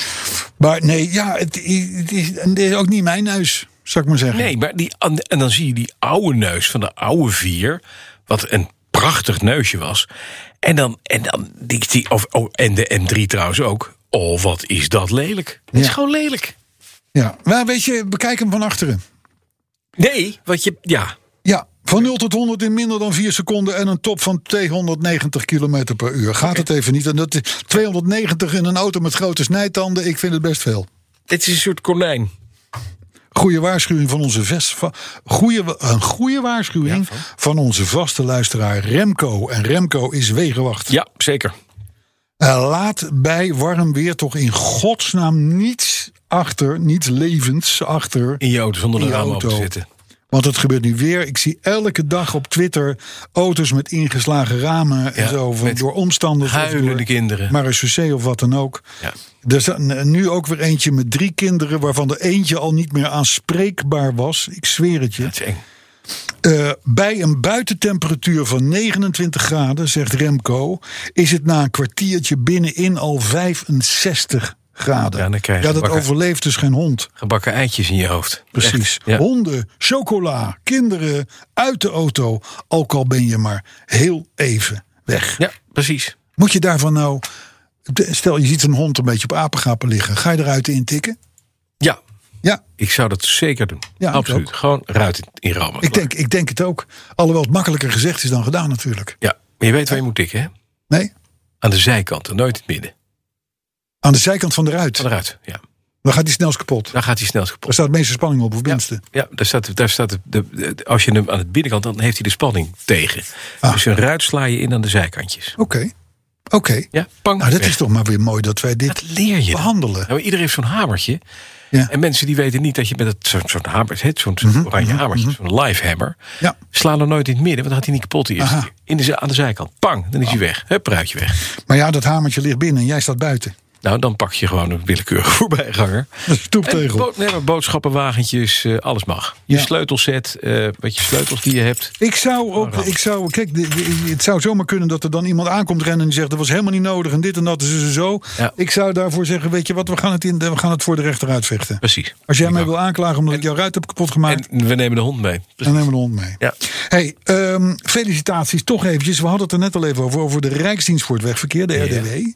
[SPEAKER 3] Maar nee, ja, het, het, is, het is ook niet mijn neus, zou ik maar zeggen.
[SPEAKER 2] Nee, maar die, an- en dan zie je die oude neus van de oude vier. Wat een prachtig neusje was. En dan, en dan die, die, of, oh, en de M3 trouwens ook. Oh, wat is dat lelijk. Het is
[SPEAKER 3] Ja.
[SPEAKER 2] gewoon lelijk.
[SPEAKER 3] Ja, maar weet je, bekijk hem van achteren.
[SPEAKER 2] Nee, wat je, ja.
[SPEAKER 3] Ja, van 0 tot 100 in minder dan 4 seconden en een top van 290 km per uur. Gaat het even niet. En dat is 290 in een auto met grote snijtanden, ik vind het best veel.
[SPEAKER 2] Het is een soort konijn.
[SPEAKER 3] Goede waarschuwing van onze vest. va- Goeie, wa- een goede waarschuwing
[SPEAKER 2] Ja, van?
[SPEAKER 3] van? onze vaste luisteraar Remco. En Remco is wegenwacht.
[SPEAKER 2] Ja, zeker.
[SPEAKER 3] Eh, laat bij warm weer toch in godsnaam niets achter, niets levends achter.
[SPEAKER 2] In je auto zonder de
[SPEAKER 3] In je
[SPEAKER 2] ramen open te
[SPEAKER 3] auto.
[SPEAKER 2] zetten.
[SPEAKER 3] Want het gebeurt nu weer. Ik zie elke dag op Twitter auto's met ingeslagen ramen en
[SPEAKER 2] Ja,
[SPEAKER 3] zo. Van,
[SPEAKER 2] met
[SPEAKER 3] door omstanders. of
[SPEAKER 2] huilende
[SPEAKER 3] door
[SPEAKER 2] kinderen.
[SPEAKER 3] Marechaussee of wat dan ook.
[SPEAKER 2] Ja.
[SPEAKER 3] Er is dan nu ook weer eentje met drie kinderen. waarvan de eentje al niet meer aanspreekbaar was. Ik zweer het je.
[SPEAKER 2] Dat is eng.
[SPEAKER 3] Eh, bij een buitentemperatuur van 29 graden, zegt Remco. is het na een kwartiertje binnenin al 65 graden.
[SPEAKER 2] Ja, dan krijg je
[SPEAKER 3] ja dat
[SPEAKER 2] wakker.
[SPEAKER 3] overleeft dus geen hond.
[SPEAKER 2] Gebakken eitjes in je hoofd.
[SPEAKER 3] Precies.
[SPEAKER 2] Echt, ja.
[SPEAKER 3] Honden, chocola, kinderen, uit de auto. Ook al ben je maar heel even weg.
[SPEAKER 2] Ja, precies.
[SPEAKER 3] Moet je daarvan nou... Stel, je ziet een hond een beetje op apengapen liggen. Ga je eruit intikken?
[SPEAKER 2] Ja,
[SPEAKER 3] Ja,
[SPEAKER 2] ik zou dat zeker doen.
[SPEAKER 3] Ja, ik
[SPEAKER 2] Absoluut.
[SPEAKER 3] ook.
[SPEAKER 2] Gewoon ruit in- in ramen.
[SPEAKER 3] ik denk, ik denk het ook. Alhoewel het makkelijker gezegd is dan gedaan natuurlijk.
[SPEAKER 2] Ja, maar je weet waar je moet tikken, hè?
[SPEAKER 3] Nee?
[SPEAKER 2] Aan de zijkant en nooit in het midden.
[SPEAKER 3] Aan de zijkant van de ruit.
[SPEAKER 2] Van eruit, ja.
[SPEAKER 3] Dan gaat die snelst kapot.
[SPEAKER 2] Daar gaat hij snel
[SPEAKER 3] Daar
[SPEAKER 2] kapot.
[SPEAKER 3] staat het meeste spanning op, of minste.
[SPEAKER 2] Ja, daar staat, daar staat de, de- de- als je hem aan het binnenkant, dan heeft hij de spanning tegen.
[SPEAKER 3] Ah.
[SPEAKER 2] Dus een ruit sla je in aan de zijkantjes.
[SPEAKER 3] Oké. Oké.
[SPEAKER 2] Ja, pang.
[SPEAKER 3] Nou, dat
[SPEAKER 2] weg.
[SPEAKER 3] is toch maar weer mooi dat wij dit...
[SPEAKER 2] Dat leer je. dan.
[SPEAKER 3] behandelen.
[SPEAKER 2] Nou, iedereen heeft zo'n hamertje.
[SPEAKER 3] Ja. Mhm,
[SPEAKER 2] En mensen die weten niet dat je met het- zo- zo'n hamer, het- zo'n zo'n oranje hamertje, zo'n live hammer,
[SPEAKER 3] Ja.
[SPEAKER 2] sla dan nooit in het midden, want dan gaat hij niet kapot de eerste
[SPEAKER 3] Aha.
[SPEAKER 2] keer. In de, za- aan de zijkant. Pang, dan is hij weg. Hup, ruitje weg.
[SPEAKER 3] Maar ja, dat hamertje ligt binnen en jij staat buiten.
[SPEAKER 2] Nou, dan pak je gewoon een willekeurige (laughs) voorbijganger.
[SPEAKER 3] Dat is een
[SPEAKER 2] En
[SPEAKER 3] stoeptegel.
[SPEAKER 2] bo- nee, maar boodschappenwagentjes, eh, alles mag. Je
[SPEAKER 3] Ja.
[SPEAKER 2] sleutelset, eh, wat je sleutels die je hebt.
[SPEAKER 3] Ik zou op, ik zou, kijk, de- de- het zou zomaar kunnen dat er dan iemand aankomt rennen en die zegt dat was helemaal niet nodig en dit en dat is dus zo.
[SPEAKER 2] Ja.
[SPEAKER 3] Ik zou daarvoor zeggen, weet je wat, we gaan het, in, we gaan het voor de rechter uitvechten.
[SPEAKER 2] Precies.
[SPEAKER 3] Als jij
[SPEAKER 2] Ik
[SPEAKER 3] mij
[SPEAKER 2] ook.
[SPEAKER 3] wil aanklagen omdat ik jouw ruit heb kapot gemaakt,
[SPEAKER 2] En we nemen de hond mee. Dus-
[SPEAKER 3] dan nemen we de hond mee.
[SPEAKER 2] Ja.
[SPEAKER 3] Hey, ehm, felicitaties toch eventjes. We hadden het er net al even over, over de Rijksdienst voor het Wegverkeer, de RDW.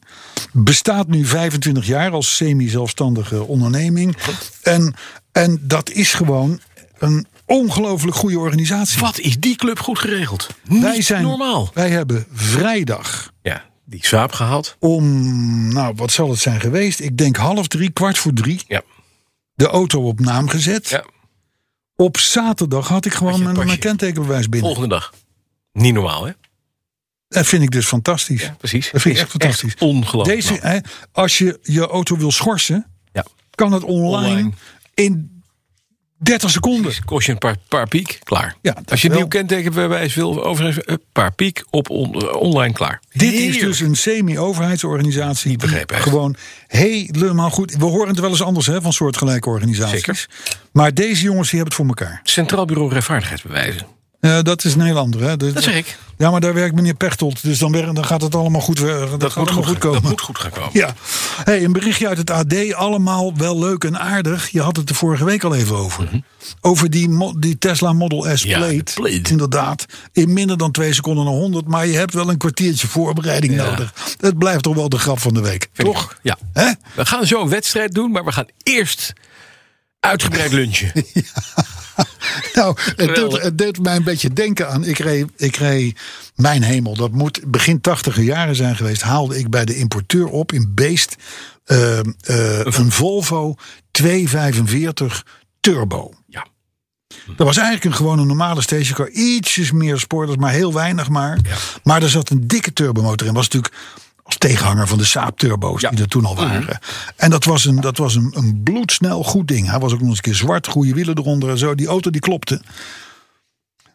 [SPEAKER 3] Bestaat nu 25 jaar als semi-zelfstandige onderneming. En, en dat is gewoon een ongelooflijk goede organisatie.
[SPEAKER 2] Wat is die club goed geregeld? Niet
[SPEAKER 3] Wij zijn
[SPEAKER 2] normaal.
[SPEAKER 3] Wij hebben vrijdag
[SPEAKER 2] Ja, die slaap gehaald.
[SPEAKER 3] om, nou wat zal het zijn geweest? Ik denk half drie, kwart voor drie.
[SPEAKER 2] Ja.
[SPEAKER 3] De auto op naam gezet.
[SPEAKER 2] ja.
[SPEAKER 3] Op zaterdag had ik
[SPEAKER 2] Had
[SPEAKER 3] gewoon
[SPEAKER 2] je het
[SPEAKER 3] mijn,
[SPEAKER 2] pasje.
[SPEAKER 3] mijn kentekenbewijs binnen.
[SPEAKER 2] Volgende dag. Niet normaal, hè?
[SPEAKER 3] Dat vind ik dus fantastisch.
[SPEAKER 2] Precies.
[SPEAKER 3] Dat vind ik
[SPEAKER 2] Is
[SPEAKER 3] echt fantastisch.
[SPEAKER 2] ongelooflijk.
[SPEAKER 3] Deze, hè, als je je auto wil schorsen,
[SPEAKER 2] Ja.
[SPEAKER 3] kan het online,
[SPEAKER 2] Online.
[SPEAKER 3] in 30 seconden.
[SPEAKER 2] Dus kost je een paar, paar piek, klaar.
[SPEAKER 3] Ja,
[SPEAKER 2] Als je een
[SPEAKER 3] wel.
[SPEAKER 2] nieuw kentekenbewijs wil overigens, een paar piek op on- online klaar.
[SPEAKER 3] Dit is
[SPEAKER 2] Heerlijk.
[SPEAKER 3] dus een semi-overheidsorganisatie.
[SPEAKER 2] Niet begrepen,
[SPEAKER 3] die
[SPEAKER 2] echt.
[SPEAKER 3] Gewoon helemaal goed. We horen het wel eens anders hè, van soortgelijke organisaties.
[SPEAKER 2] Zeker.
[SPEAKER 3] Maar deze jongens die hebben het voor elkaar.
[SPEAKER 2] Centraal Bureau Rechtvaardigheidsbewijzen.
[SPEAKER 3] Eh, dat is een heel ander. Hè. Dus
[SPEAKER 2] Dat zeg ik.
[SPEAKER 3] Ja, maar daar werkt meneer Pechtold. Dus dan, wer- dan gaat het allemaal goed, weer- dat gaat allemaal goed
[SPEAKER 2] gaan-
[SPEAKER 3] komen.
[SPEAKER 2] Dat moet goed gaan komen.
[SPEAKER 3] Ja, hey, een berichtje uit het AD. Allemaal wel leuk en aardig. Je had het er vorige week al even over. Over die, mo- die Tesla Model S
[SPEAKER 2] Mhm. Ja,
[SPEAKER 3] Plate.
[SPEAKER 2] de Plaid.
[SPEAKER 3] Inderdaad. In minder dan twee seconden naar 100. Maar je hebt wel een kwartiertje voorbereiding nodig. Het blijft toch wel de grap van de week.
[SPEAKER 2] Vind ik
[SPEAKER 3] toch?
[SPEAKER 2] ook. Ja.
[SPEAKER 3] Hè?
[SPEAKER 2] We gaan zo een wedstrijd doen, maar we gaan eerst uitgebreid lunchen.
[SPEAKER 3] (laughs) Nou, het
[SPEAKER 2] Geweldig.
[SPEAKER 3] deed, het deed mij een beetje denken aan. Ik reed, ik reed mijn hemel, dat moet begin tachtiger jaren zijn geweest. Haalde ik bij de importeur op in Beest eh, eh, een Volvo 245 Turbo.
[SPEAKER 2] ja.
[SPEAKER 3] Dat was eigenlijk een gewone normale stationcar. Ietsjes meer spoilers, maar heel weinig maar. Maar er zat een dikke turbomotor in. Was natuurlijk als tegenhanger van de Saab turbo's die er toen al waren. En dat was, een, dat was een, een bloedsnel goed ding. Hij was ook nog eens een keer zwart, goede wielen eronder en zo. Die auto die klopte.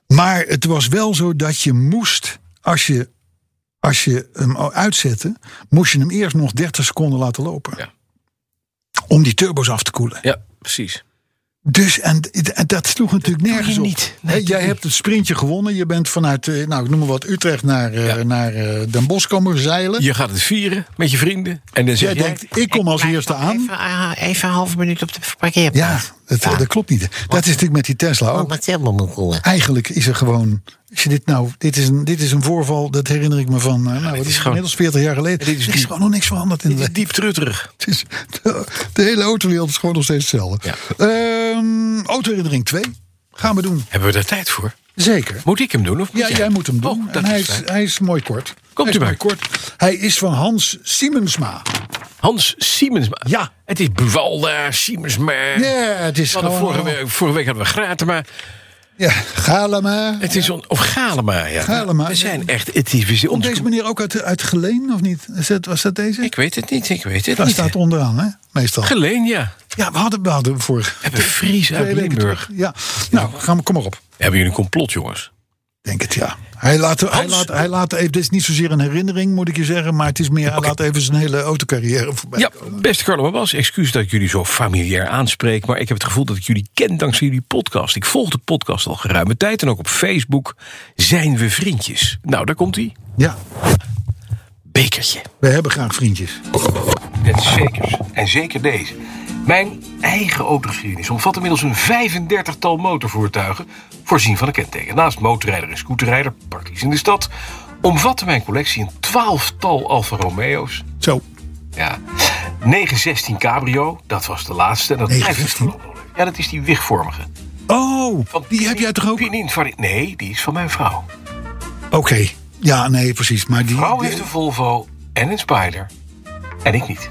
[SPEAKER 3] Maar het was wel zo dat je moest, als je, als je hem uitzette... moest je hem eerst nog 30 seconden laten lopen.
[SPEAKER 2] Ja.
[SPEAKER 3] Om die turbo's af te koelen.
[SPEAKER 2] ja, precies.
[SPEAKER 3] Dus en, en dat sloeg natuurlijk nergens op.
[SPEAKER 2] niet.
[SPEAKER 3] Hè, jij hebt het sprintje gewonnen. Je bent vanuit, eh, nou, ik noem maar wat, Utrecht naar, eh,
[SPEAKER 2] Ja.
[SPEAKER 3] naar eh, Den Bosch komen zeilen.
[SPEAKER 2] Je gaat het vieren met je vrienden. En dan
[SPEAKER 3] jij
[SPEAKER 2] zeg je,
[SPEAKER 3] denkt, ik kom als
[SPEAKER 5] Blijf
[SPEAKER 3] eerste
[SPEAKER 5] nog
[SPEAKER 3] aan.
[SPEAKER 5] Even, ah, even een halve minuut op de parkeerplaats.
[SPEAKER 3] Ja, dat, dat klopt niet. Dat is natuurlijk met die Tesla
[SPEAKER 5] Want
[SPEAKER 3] ook.
[SPEAKER 5] dat is helemaal niet cool.
[SPEAKER 3] Eigenlijk is er gewoon. Als je dit nou, dit is een, dit is een voorval, dat herinner ik me van. eh, nou, het
[SPEAKER 2] is
[SPEAKER 3] is
[SPEAKER 2] gewoon-
[SPEAKER 3] inmiddels 40 jaar geleden.
[SPEAKER 2] Dit is
[SPEAKER 3] Er is
[SPEAKER 2] diep.
[SPEAKER 3] gewoon nog niks veranderd in de
[SPEAKER 2] dit is diep trutterig.
[SPEAKER 3] (laughs) Het is- de, de hele autowereld is gewoon nog steeds hetzelfde. Ehm, autoherinnering 2 gaan we doen.
[SPEAKER 2] Hebben we daar tijd voor?
[SPEAKER 3] Zeker.
[SPEAKER 2] Moet ik hem doen? Of moet
[SPEAKER 3] Ja, jij moet hem doen.
[SPEAKER 2] Oh, dat
[SPEAKER 3] en hij
[SPEAKER 2] is
[SPEAKER 3] is, eh,
[SPEAKER 2] fijn.
[SPEAKER 3] hij is mooi kort.
[SPEAKER 2] Komt
[SPEAKER 3] hij is
[SPEAKER 2] u
[SPEAKER 3] mooi
[SPEAKER 2] maar.
[SPEAKER 3] kort. Hij is van Hans Siemensma.
[SPEAKER 2] Hans Siemensma.
[SPEAKER 3] Ja.
[SPEAKER 2] Het is Buwalda, Siemensma.
[SPEAKER 3] Ja, het is
[SPEAKER 2] We hadden
[SPEAKER 3] gewoon...
[SPEAKER 2] vorige, week, vorige week hadden we Gratema.
[SPEAKER 3] Ja, Galema.
[SPEAKER 2] Het is on, of Galema, ja.
[SPEAKER 3] Galema.
[SPEAKER 2] We zijn echt... Het is, we zijn
[SPEAKER 3] Op
[SPEAKER 2] ons-
[SPEAKER 3] deze manier ook uit, uit Geleen, of niet? Is dat, was dat deze?
[SPEAKER 2] dus Ik weet het niet, ik weet het
[SPEAKER 3] Daar
[SPEAKER 2] niet.
[SPEAKER 3] staat onderaan, hè? Meestal.
[SPEAKER 2] Geleen, ja.
[SPEAKER 3] Ja, we hadden, we hadden hem vorige
[SPEAKER 2] We hebben Fries uit
[SPEAKER 3] twee weken
[SPEAKER 2] Limburg.
[SPEAKER 3] terug. Ja, nou, gaan we, kom maar op.
[SPEAKER 2] Hebben jullie een complot, jongens?
[SPEAKER 3] Denk het, ja. Hij laat, hij
[SPEAKER 2] Hans-
[SPEAKER 3] laat, hij laat even, dit is niet zozeer een herinnering, moet ik je zeggen. Maar het is meer, hij laat even zijn hele autocarrière voorbij.
[SPEAKER 2] Ja, beste Carlo Bas, excuus dat ik jullie zo familiair aanspreek. Maar ik heb het gevoel dat ik jullie ken dankzij jullie podcast. Ik volg de podcast al geruime tijd. En ook op Facebook zijn we vriendjes. Nou, daar komt hij.
[SPEAKER 3] ja,
[SPEAKER 2] Bekertje.
[SPEAKER 3] we hebben graag vriendjes.
[SPEAKER 2] Dat is zeker. En zeker deze. Mijn eigen autogeschiedenis omvat inmiddels een 35-tal motorvoertuigen... voorzien van een kenteken. Naast motorrijder en scooterrijder, praktisch in de stad... omvatte mijn collectie een twaalftal Alfa Romeo's...
[SPEAKER 3] Zo,
[SPEAKER 2] Ja. 916 Cabrio, dat was de laatste. En dat
[SPEAKER 3] 916?
[SPEAKER 2] blijft- Ja, dat is die wigvormige.
[SPEAKER 3] Oh, die heb jij toch ook?
[SPEAKER 2] Pinin Vari- Nee, die is van mijn vrouw.
[SPEAKER 3] Oké. Ja, nee, precies. Maar die,
[SPEAKER 2] Vrouw
[SPEAKER 3] die-
[SPEAKER 2] heeft een Volvo en een Spider. En ik niet.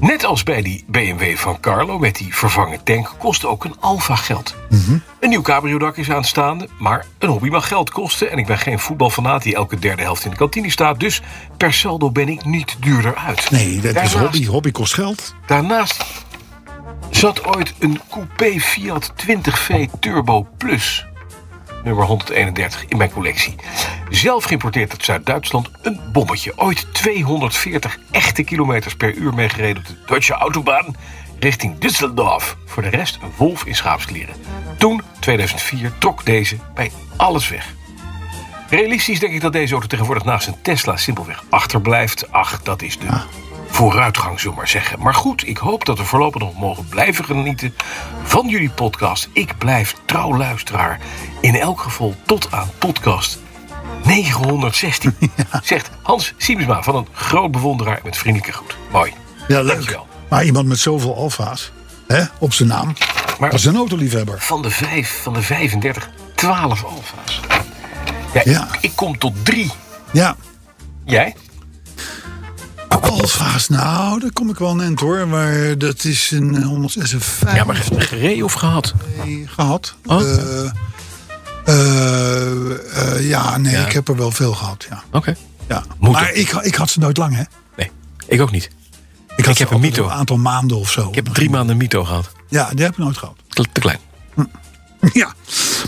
[SPEAKER 2] Net als bij die BMW van Carlo met die vervangen tank kost ook een Alfa geld.
[SPEAKER 3] Mhm.
[SPEAKER 2] Een nieuw cabriodak is aanstaande, maar een hobby mag geld kosten. En ik ben geen voetbalfanaat die elke derde helft in de kantine staat. Dus per saldo ben ik niet duurder uit.
[SPEAKER 3] Nee, dat is
[SPEAKER 2] Daarnaast-
[SPEAKER 3] hobby. Hobby kost geld.
[SPEAKER 2] Daarnaast zat ooit een coupé Fiat 20V Turbo Plus, nummer 131, in mijn collectie. Zelf geïmporteerd uit Zuid-Duitsland, een bommetje. Ooit 240 echte kilometers per uur meegereden op de Duitse autobaan richting Düsseldorf. Voor de rest een wolf in schaapskleren. Toen, 2004, trok deze bij alles weg. Realistisch denk ik dat deze auto tegenwoordig naast een Tesla simpelweg achterblijft. Ach, dat is
[SPEAKER 3] Ah.
[SPEAKER 2] de vooruitgang, zullen we maar zeggen. Maar goed, ik hoop dat we voorlopig nog mogen blijven genieten van jullie podcast. Ik blijf trouw luisteraar. In elk geval tot aan podcast 916.
[SPEAKER 3] (laughs)
[SPEAKER 2] Zegt Hans Siemensma van een groot bewonderaar met vriendelijke groet. Mooi.
[SPEAKER 3] Ja, leuk.
[SPEAKER 2] Dankjewel.
[SPEAKER 3] Maar iemand met zoveel alfa's hè, op zijn naam.
[SPEAKER 2] Maar-
[SPEAKER 3] was een autoliefhebber.
[SPEAKER 2] Van de vijf, van de 35, 12 alfa's. Ja,
[SPEAKER 3] Ja.
[SPEAKER 2] Ik, ik kom tot drie.
[SPEAKER 3] Ja.
[SPEAKER 2] Jij?
[SPEAKER 3] Alfa's, nou, daar kom ik wel een eind hoor. Maar dat is een 156
[SPEAKER 2] gereden of gehad?
[SPEAKER 3] gehad.
[SPEAKER 2] Oh.
[SPEAKER 3] Eh, eh, eh, ja, nee, ik heb er wel veel gehad. Ja.
[SPEAKER 2] Oké.
[SPEAKER 3] Ja.
[SPEAKER 2] Moet
[SPEAKER 3] Maar
[SPEAKER 2] ook.
[SPEAKER 3] ik, ik had ze nooit lang, hè?
[SPEAKER 2] Nee, ik ook niet.
[SPEAKER 3] Ik, had
[SPEAKER 2] Ik
[SPEAKER 3] ze
[SPEAKER 2] heb een
[SPEAKER 3] altijd
[SPEAKER 2] mytho.
[SPEAKER 3] Een aantal maanden of zo.
[SPEAKER 2] Ik heb drie maanden mito gehad.
[SPEAKER 3] Ja, die heb ik nooit gehad.
[SPEAKER 2] Te, te klein.
[SPEAKER 3] (laughs) Ja,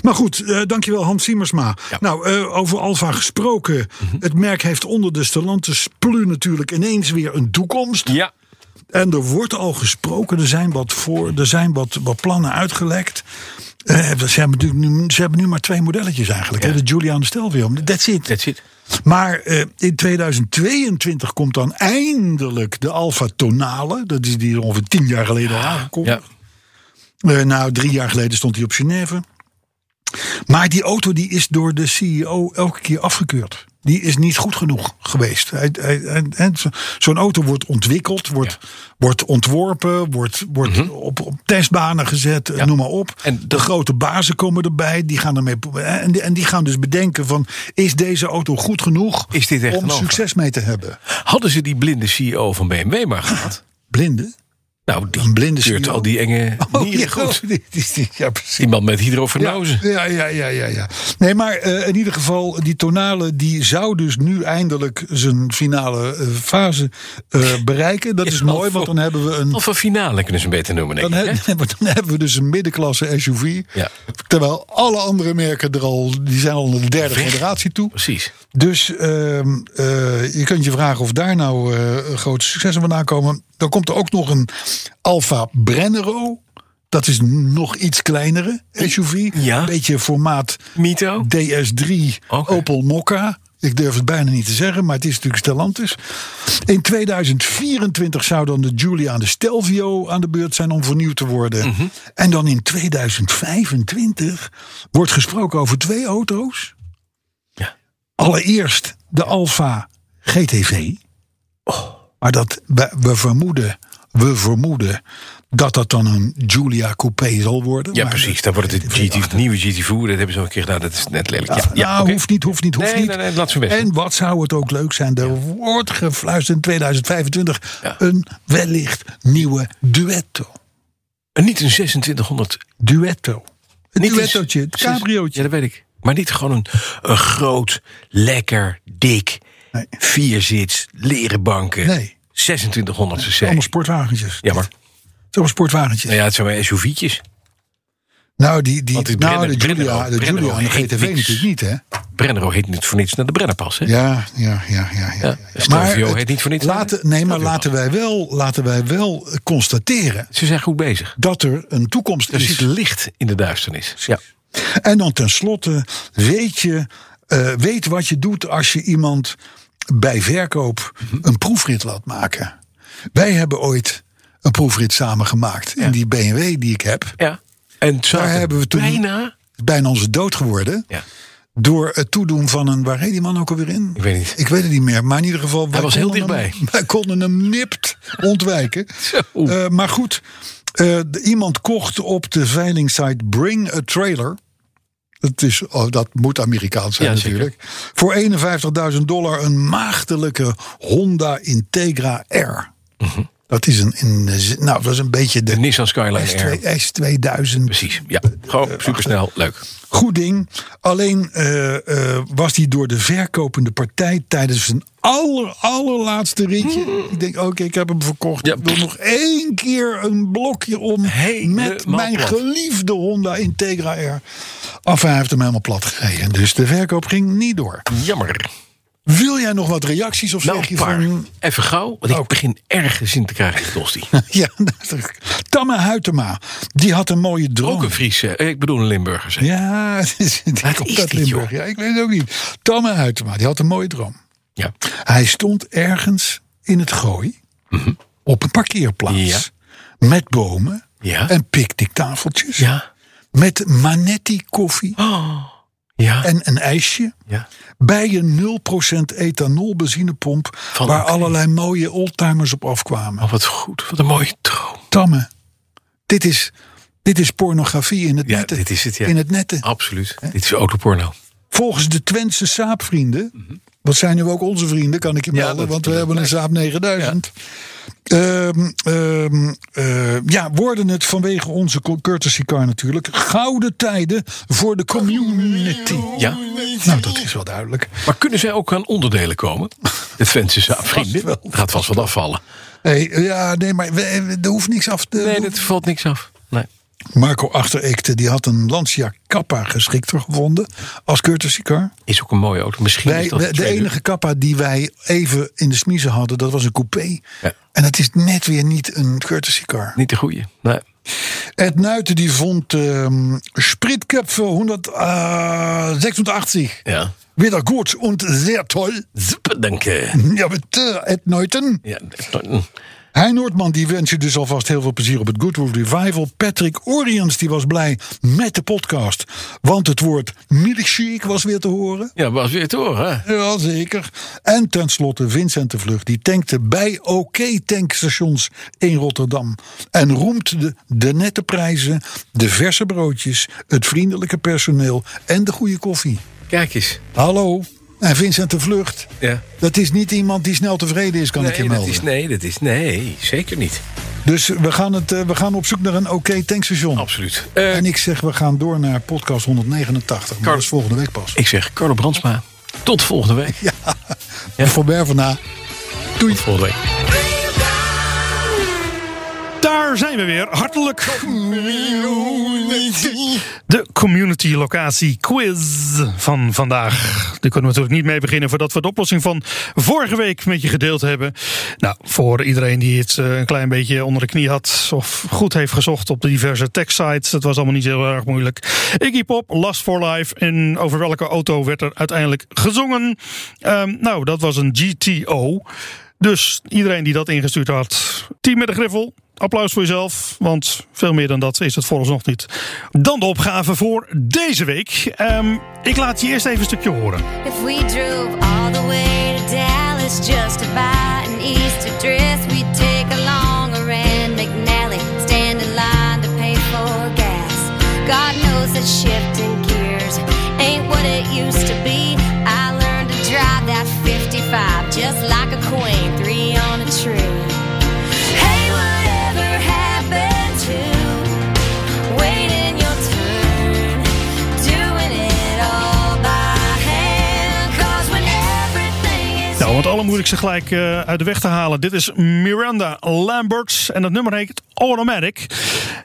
[SPEAKER 3] maar goed, eh, dankjewel Hans Siemersma. Nou, eh, over Alfa gesproken.
[SPEAKER 2] Mhm.
[SPEAKER 3] Het merk heeft onder de Stellantis plu natuurlijk ineens weer een toekomst.
[SPEAKER 2] Ja.
[SPEAKER 3] En er wordt al gesproken, er zijn wat, voor, er zijn wat, wat plannen uitgelekt. Eh, ze, hebben natuurlijk nu, ze hebben nu maar twee modelletjes eigenlijk. Hè? De Giulia en de Stelvio. That's it.
[SPEAKER 2] That's it.
[SPEAKER 3] Maar eh, in 2022 komt dan eindelijk de Alfa Tonale. Dat is die ongeveer tien jaar geleden al aangekondigd.
[SPEAKER 2] Ah, Ja.
[SPEAKER 3] Eh, nou, drie jaar geleden stond hij op Genève. Maar die auto die is door de CEO elke keer afgekeurd. Die is niet goed genoeg geweest. Hij- hij- hij- hij- zo- Zo'n auto wordt ontwikkeld, wordt, wordt ontworpen, wordt, wordt op, op testbanen gezet, eh, noem maar op.
[SPEAKER 2] Mhm. En
[SPEAKER 3] de
[SPEAKER 2] dat-
[SPEAKER 3] grote bazen komen erbij, die gaan ermee. pro- eh, En die, en die gaan dus bedenken: van, is deze auto goed genoeg
[SPEAKER 2] Is dit echt
[SPEAKER 3] om
[SPEAKER 2] een Alfa?
[SPEAKER 3] succes mee te hebben?
[SPEAKER 2] Hadden ze die blinde CEO van BMW maar gehad?
[SPEAKER 3] Blinde?
[SPEAKER 2] Nou, die
[SPEAKER 3] Een blinde
[SPEAKER 2] keurt
[SPEAKER 3] CEO?
[SPEAKER 2] al die enge nieren
[SPEAKER 3] Oh, ja,
[SPEAKER 2] goed.
[SPEAKER 3] (laughs) die- die- die- ja, precies.
[SPEAKER 2] Die man met hydrovenose.
[SPEAKER 3] Ja, ja, ja, ja, ja. Nee, maar eh, in ieder geval, die tonale die zou dus nu eindelijk zijn finale eh, fase
[SPEAKER 2] (laughs)
[SPEAKER 3] eh, bereiken. Dat
[SPEAKER 2] Is
[SPEAKER 3] is
[SPEAKER 2] wel
[SPEAKER 3] mooi, want
[SPEAKER 2] voor-
[SPEAKER 3] dan hebben we een.
[SPEAKER 2] Of een finale kunnen ze hem beter noemen, denk
[SPEAKER 3] Dan,
[SPEAKER 2] ik. hè?
[SPEAKER 3] (laughs) he- dan hebben we dus een middenklasse SUV.
[SPEAKER 2] Ja.
[SPEAKER 3] Terwijl alle andere merken er al, die zijn al naar de derde
[SPEAKER 2] Weg.
[SPEAKER 3] generatie toe.
[SPEAKER 2] Precies.
[SPEAKER 3] Dus ehm, eh, je kunt je vragen of daar nou eh grote successen vandaan komen. Dan komt er ook nog een Alfa Brennero. Dat is een nog iets kleinere SUV.
[SPEAKER 2] Ja.
[SPEAKER 3] Een beetje formaat
[SPEAKER 2] Mito?
[SPEAKER 3] DS3
[SPEAKER 2] Oké.
[SPEAKER 3] Opel Mokka. Ik durf het bijna niet te zeggen, maar het is natuurlijk Stellantis. In 2024 zou dan de Giulia en de Stelvio aan de beurt zijn om vernieuwd te worden.
[SPEAKER 2] Mhm.
[SPEAKER 3] En dan in 2025 wordt gesproken over twee auto's.
[SPEAKER 2] Ja.
[SPEAKER 3] Allereerst de Alfa GTV.
[SPEAKER 2] Oh.
[SPEAKER 3] Maar dat, we, we vermoeden, we vermoeden dat dat dan een Giulia Coupé zal worden.
[SPEAKER 2] Ja,
[SPEAKER 3] Maar
[SPEAKER 2] precies.
[SPEAKER 3] dat-
[SPEAKER 2] Dan wordt het de
[SPEAKER 3] GTV
[SPEAKER 2] GT, nieuwe GT4. Dat hebben ze al een keer gedaan. Dat is net lelijk. Ja, ja,
[SPEAKER 3] nou,
[SPEAKER 2] oké.
[SPEAKER 3] hoeft niet, hoeft niet, hoeft
[SPEAKER 2] Nee,
[SPEAKER 3] niet.
[SPEAKER 2] nee, nee, laat ze best doen.
[SPEAKER 3] en wat zou het ook leuk zijn, er wordt gefluisterd in 2025
[SPEAKER 2] Ja.
[SPEAKER 3] een wellicht nieuwe duetto.
[SPEAKER 2] En niet een 2600.
[SPEAKER 3] Duetto. Een
[SPEAKER 2] Niet een-
[SPEAKER 3] duettootje, het cabriootje.
[SPEAKER 2] Ja, dat weet ik. Maar niet gewoon een, een groot, lekker, dik,
[SPEAKER 3] Nee.
[SPEAKER 2] vierzits, leren banken.
[SPEAKER 3] Nee.
[SPEAKER 2] 2600 cc.
[SPEAKER 3] Allemaal sportwagentjes.
[SPEAKER 2] Jammer.
[SPEAKER 3] Het zijn Allemaal sportwagentjes.
[SPEAKER 2] Nou ja, het zijn maar SUV'tjes.
[SPEAKER 3] Nou, die, die,
[SPEAKER 2] Want die
[SPEAKER 3] nou,
[SPEAKER 2] Brenner-
[SPEAKER 3] de Giulia,
[SPEAKER 2] Brenner-
[SPEAKER 3] de Giulia
[SPEAKER 2] Brenner-
[SPEAKER 3] en de GTV
[SPEAKER 2] Brenner-
[SPEAKER 3] natuurlijk niet, hè?
[SPEAKER 2] Brennero heet niet voor niets naar de Brennerpas. Hè?
[SPEAKER 3] Ja, ja, ja, ja. ja, ja.
[SPEAKER 2] Stelvio
[SPEAKER 3] het-
[SPEAKER 2] heet niet voor niets
[SPEAKER 3] Laten,
[SPEAKER 2] Stelvio.
[SPEAKER 3] nee, maar laten wij, wel, laten wij wel constateren
[SPEAKER 2] Ze zijn goed bezig.
[SPEAKER 3] dat er een toekomst
[SPEAKER 2] Er
[SPEAKER 3] is.
[SPEAKER 2] zit licht in de duisternis. Ja.
[SPEAKER 3] En dan tenslotte, weet je, eh, weet wat je doet als je iemand bij verkoop een proefrit laat maken. Wij hebben ooit een proefrit samen gemaakt in die BMW die ik heb.
[SPEAKER 2] ja. En
[SPEAKER 3] Daar hebben we toen
[SPEAKER 2] bijna...
[SPEAKER 3] bijna onze dood geworden.
[SPEAKER 2] Ja.
[SPEAKER 3] Door het toedoen van een. Waar heet die man ook alweer in?
[SPEAKER 2] Ik weet niet.
[SPEAKER 3] Ik weet het niet meer. Maar in ieder geval. wij
[SPEAKER 2] was heel
[SPEAKER 3] konden hem-
[SPEAKER 2] dichtbij.
[SPEAKER 3] (laughs) wij konden hem nipt ontwijken.
[SPEAKER 2] (laughs) Zo.
[SPEAKER 3] Eh, maar goed. eh, de- iemand kocht op de veilingsite Bring a Trailer. Dat, is, oh, dat moet Amerikaans zijn
[SPEAKER 2] Ja, zeker.
[SPEAKER 3] natuurlijk. Voor 51.000 dollar een maagdelijke Honda Integra R.
[SPEAKER 2] Mhm.
[SPEAKER 3] Dat is een, een, nou, dat is een beetje de,
[SPEAKER 2] De Nissan Skyline R.
[SPEAKER 3] S2000
[SPEAKER 2] Precies. Ja.
[SPEAKER 3] Eh,
[SPEAKER 2] Gewoon supersnel. Leuk.
[SPEAKER 3] Goed ding. Alleen eh, eh, was die door de verkopende partij tijdens zijn aller, allerlaatste ritje. Ik denk, oké, ik heb hem verkocht.
[SPEAKER 2] Mm. Ja.
[SPEAKER 3] Ik wil nog één keer een blokje om
[SPEAKER 2] Helemaal
[SPEAKER 3] met mijn
[SPEAKER 2] plat.
[SPEAKER 3] geliefde Honda Integra R. Af, hij heeft hem helemaal plat gereden. Dus de verkoop ging niet door.
[SPEAKER 2] Jammer.
[SPEAKER 3] Wil jij nog wat reacties of
[SPEAKER 2] Nou,
[SPEAKER 3] zeg je
[SPEAKER 2] een paar.
[SPEAKER 3] van...
[SPEAKER 2] Even gauw, want ik
[SPEAKER 3] Oh.
[SPEAKER 2] begin ergens in te krijgen in Tosti.
[SPEAKER 3] (laughs) Ja, natuurlijk. Tamme Huytema, die had een mooie droom.
[SPEAKER 2] Ook een Friese, eh, ik bedoel een Limburger. zeg.
[SPEAKER 3] Ja, (laughs) het is, die
[SPEAKER 2] Wat
[SPEAKER 3] komt
[SPEAKER 2] is
[SPEAKER 3] uit
[SPEAKER 2] dit,
[SPEAKER 3] Limburg. Ja, ik weet het ook niet. Tamme Huytema, die had een mooie droom.
[SPEAKER 2] Ja.
[SPEAKER 3] Hij stond ergens in het gooi
[SPEAKER 2] Mhm.
[SPEAKER 3] op een parkeerplaats. Met bomen
[SPEAKER 2] Ja.
[SPEAKER 3] en picknicktafeltjes.
[SPEAKER 2] Ja.
[SPEAKER 3] Met manetti koffie
[SPEAKER 2] Oh. Ja.
[SPEAKER 3] en een ijsje.
[SPEAKER 2] ja.
[SPEAKER 3] Bij een 0% ethanol benzinepomp. waar
[SPEAKER 2] Oakley.
[SPEAKER 3] allerlei mooie oldtimers op afkwamen.
[SPEAKER 2] Oh, wat goed. Wat een mooie droom.
[SPEAKER 3] Tamme, dit is, dit is pornografie in het
[SPEAKER 2] Ja,
[SPEAKER 3] nette.
[SPEAKER 2] dit is het, ja.
[SPEAKER 3] In het nette.
[SPEAKER 2] Absoluut. Dit is autoporno.
[SPEAKER 3] Volgens de Twentse saapvrienden. Dat zijn nu ook onze vrienden, kan ik je
[SPEAKER 2] Ja,
[SPEAKER 3] melden.
[SPEAKER 2] dat-
[SPEAKER 3] want we
[SPEAKER 2] dat
[SPEAKER 3] hebben een
[SPEAKER 2] blijkt.
[SPEAKER 3] Saab 9000. Ehm, ehm, eh, ja, worden het vanwege onze co- courtesy car natuurlijk. Gouden tijden voor de community.
[SPEAKER 2] Ja.
[SPEAKER 3] Nou, dat is wel duidelijk.
[SPEAKER 2] Maar kunnen zij ook aan onderdelen komen? De Vensense
[SPEAKER 3] (laughs)
[SPEAKER 2] vrienden.
[SPEAKER 3] wel.
[SPEAKER 2] Gaat vast wat afvallen.
[SPEAKER 3] Hey, ja, nee, maar we, we- er hoeft niks af te
[SPEAKER 2] Nee,
[SPEAKER 3] doen.
[SPEAKER 2] dat valt niks af. Nee.
[SPEAKER 3] Marco Achterekte die had een Lancia Kappa geschikter gevonden als courtesy car.
[SPEAKER 2] Is ook een mooie auto. Misschien
[SPEAKER 3] Wij,
[SPEAKER 2] is dat
[SPEAKER 3] de, de
[SPEAKER 2] tweede-
[SPEAKER 3] enige kappa die wij even in de smiezen hadden, dat was een coupé.
[SPEAKER 2] Ja.
[SPEAKER 3] En dat is net weer niet een courtesy car.
[SPEAKER 2] Niet de goede. Nee.
[SPEAKER 3] Ed Nuiten die vond ehm Spritcup voor eh, 186.
[SPEAKER 2] Ja.
[SPEAKER 3] Wieder goed und sehr toll.
[SPEAKER 2] Super, dank je.
[SPEAKER 3] Ja, bitte, Ed Nuiten.
[SPEAKER 2] Ja. dat is nooit een-
[SPEAKER 3] Hein Noordman die wens je dus alvast heel veel plezier op het Goodwood Revival. Patrick Oriens die was blij met de podcast. Want het woord milkshake was weer te horen.
[SPEAKER 2] Ja, was weer door, hè?
[SPEAKER 3] Ja, zeker. En tenslotte Vincent de Vlucht. Die tankte bij OK-tankstations in Rotterdam. En roemt de, de nette prijzen, de verse broodjes, het vriendelijke personeel en de goede koffie.
[SPEAKER 2] Kijk eens.
[SPEAKER 3] Hallo. En Vincent de Vlucht.
[SPEAKER 2] Ja.
[SPEAKER 3] Dat is niet iemand die snel tevreden is, kan ik je
[SPEAKER 2] Nee, dat
[SPEAKER 3] melden.
[SPEAKER 2] is, nee, dat is. Nee, zeker niet.
[SPEAKER 3] Dus we gaan, het, eh, we gaan op zoek naar een OK-tankstation.
[SPEAKER 2] Absoluut. Eh,
[SPEAKER 3] en ik zeg, we gaan door naar podcast 189. Maar dat is volgende week pas.
[SPEAKER 2] Ik zeg Carlo Brandsma. Tot volgende week.
[SPEAKER 3] Ja. Voor Bervena.
[SPEAKER 2] Doei. Tot volgende week.
[SPEAKER 3] Daar
[SPEAKER 6] Daar zijn we weer. Hartelijk. De community locatie quiz van vandaag. Daar kunnen we natuurlijk niet mee beginnen voordat we de oplossing van vorige week met je gedeeld hebben. Nou, voor iedereen die het eh, een klein beetje onder de knie had of goed heeft gezocht op de diverse tech sites. Het was allemaal niet heel erg moeilijk. Iggy Pop, Last for Life en over welke auto werd er uiteindelijk gezongen? Ehm, nou, dat was een GTO. Dus iedereen die dat ingestuurd had, team met de griffel. Applaus voor jezelf, want veel meer dan dat is het vooralsnog niet. Dan de opgave voor deze week. Ehm, ik laat je eerst even een stukje horen.
[SPEAKER 7] If we drove all the way to Dallas just to buy an Easter dress, we'd take along a Rand McNally, stand in line to pay for gas. God knows that shifting gears ain't what it used to be. I learned to drive that 55 just like a queen, three on a tree. Hey, whatever happened to waiting your turn? Doing it all by hand. 'Cause when everything is
[SPEAKER 6] Nou, want alle moeilijkste gelijk eh, uit de weg te halen. Dit is Miranda Lambert en dat nummer heet Automatic.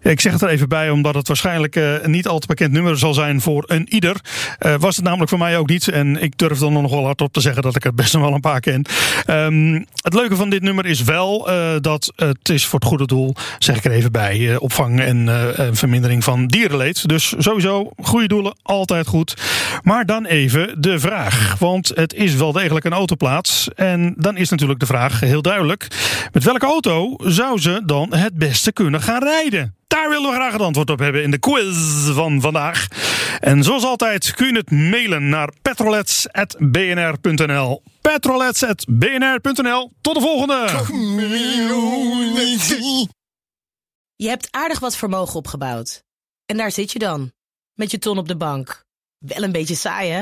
[SPEAKER 6] Ik zeg het er even bij, omdat het waarschijnlijk eh, een niet al te bekend nummer zal zijn voor een ieder. Eh, was het namelijk voor mij ook niet. En ik durf dan nog wel hardop te zeggen dat ik het best nog wel een paar ken. Ehm, het leuke van dit nummer is wel eh, dat het is voor het goede doel, zeg ik er even bij, eh, opvang en eh, eh, vermindering van dierenleed. Dus sowieso goede doelen, altijd goed. Maar dan even de vraag, want het is wel degelijk een autoplaats. En dan is natuurlijk de vraag heel duidelijk, met welke auto zou ze dan het beste kunnen gaan rijden? Daar willen we graag het antwoord op hebben in de quiz van vandaag. En zoals altijd kun je het mailen naar petrolets.bnr.nl. Petrolets.bnr.nl. Tot de volgende!
[SPEAKER 8] Je hebt aardig wat vermogen opgebouwd. En daar zit je dan, met je ton op de bank. Wel een beetje saai, hè?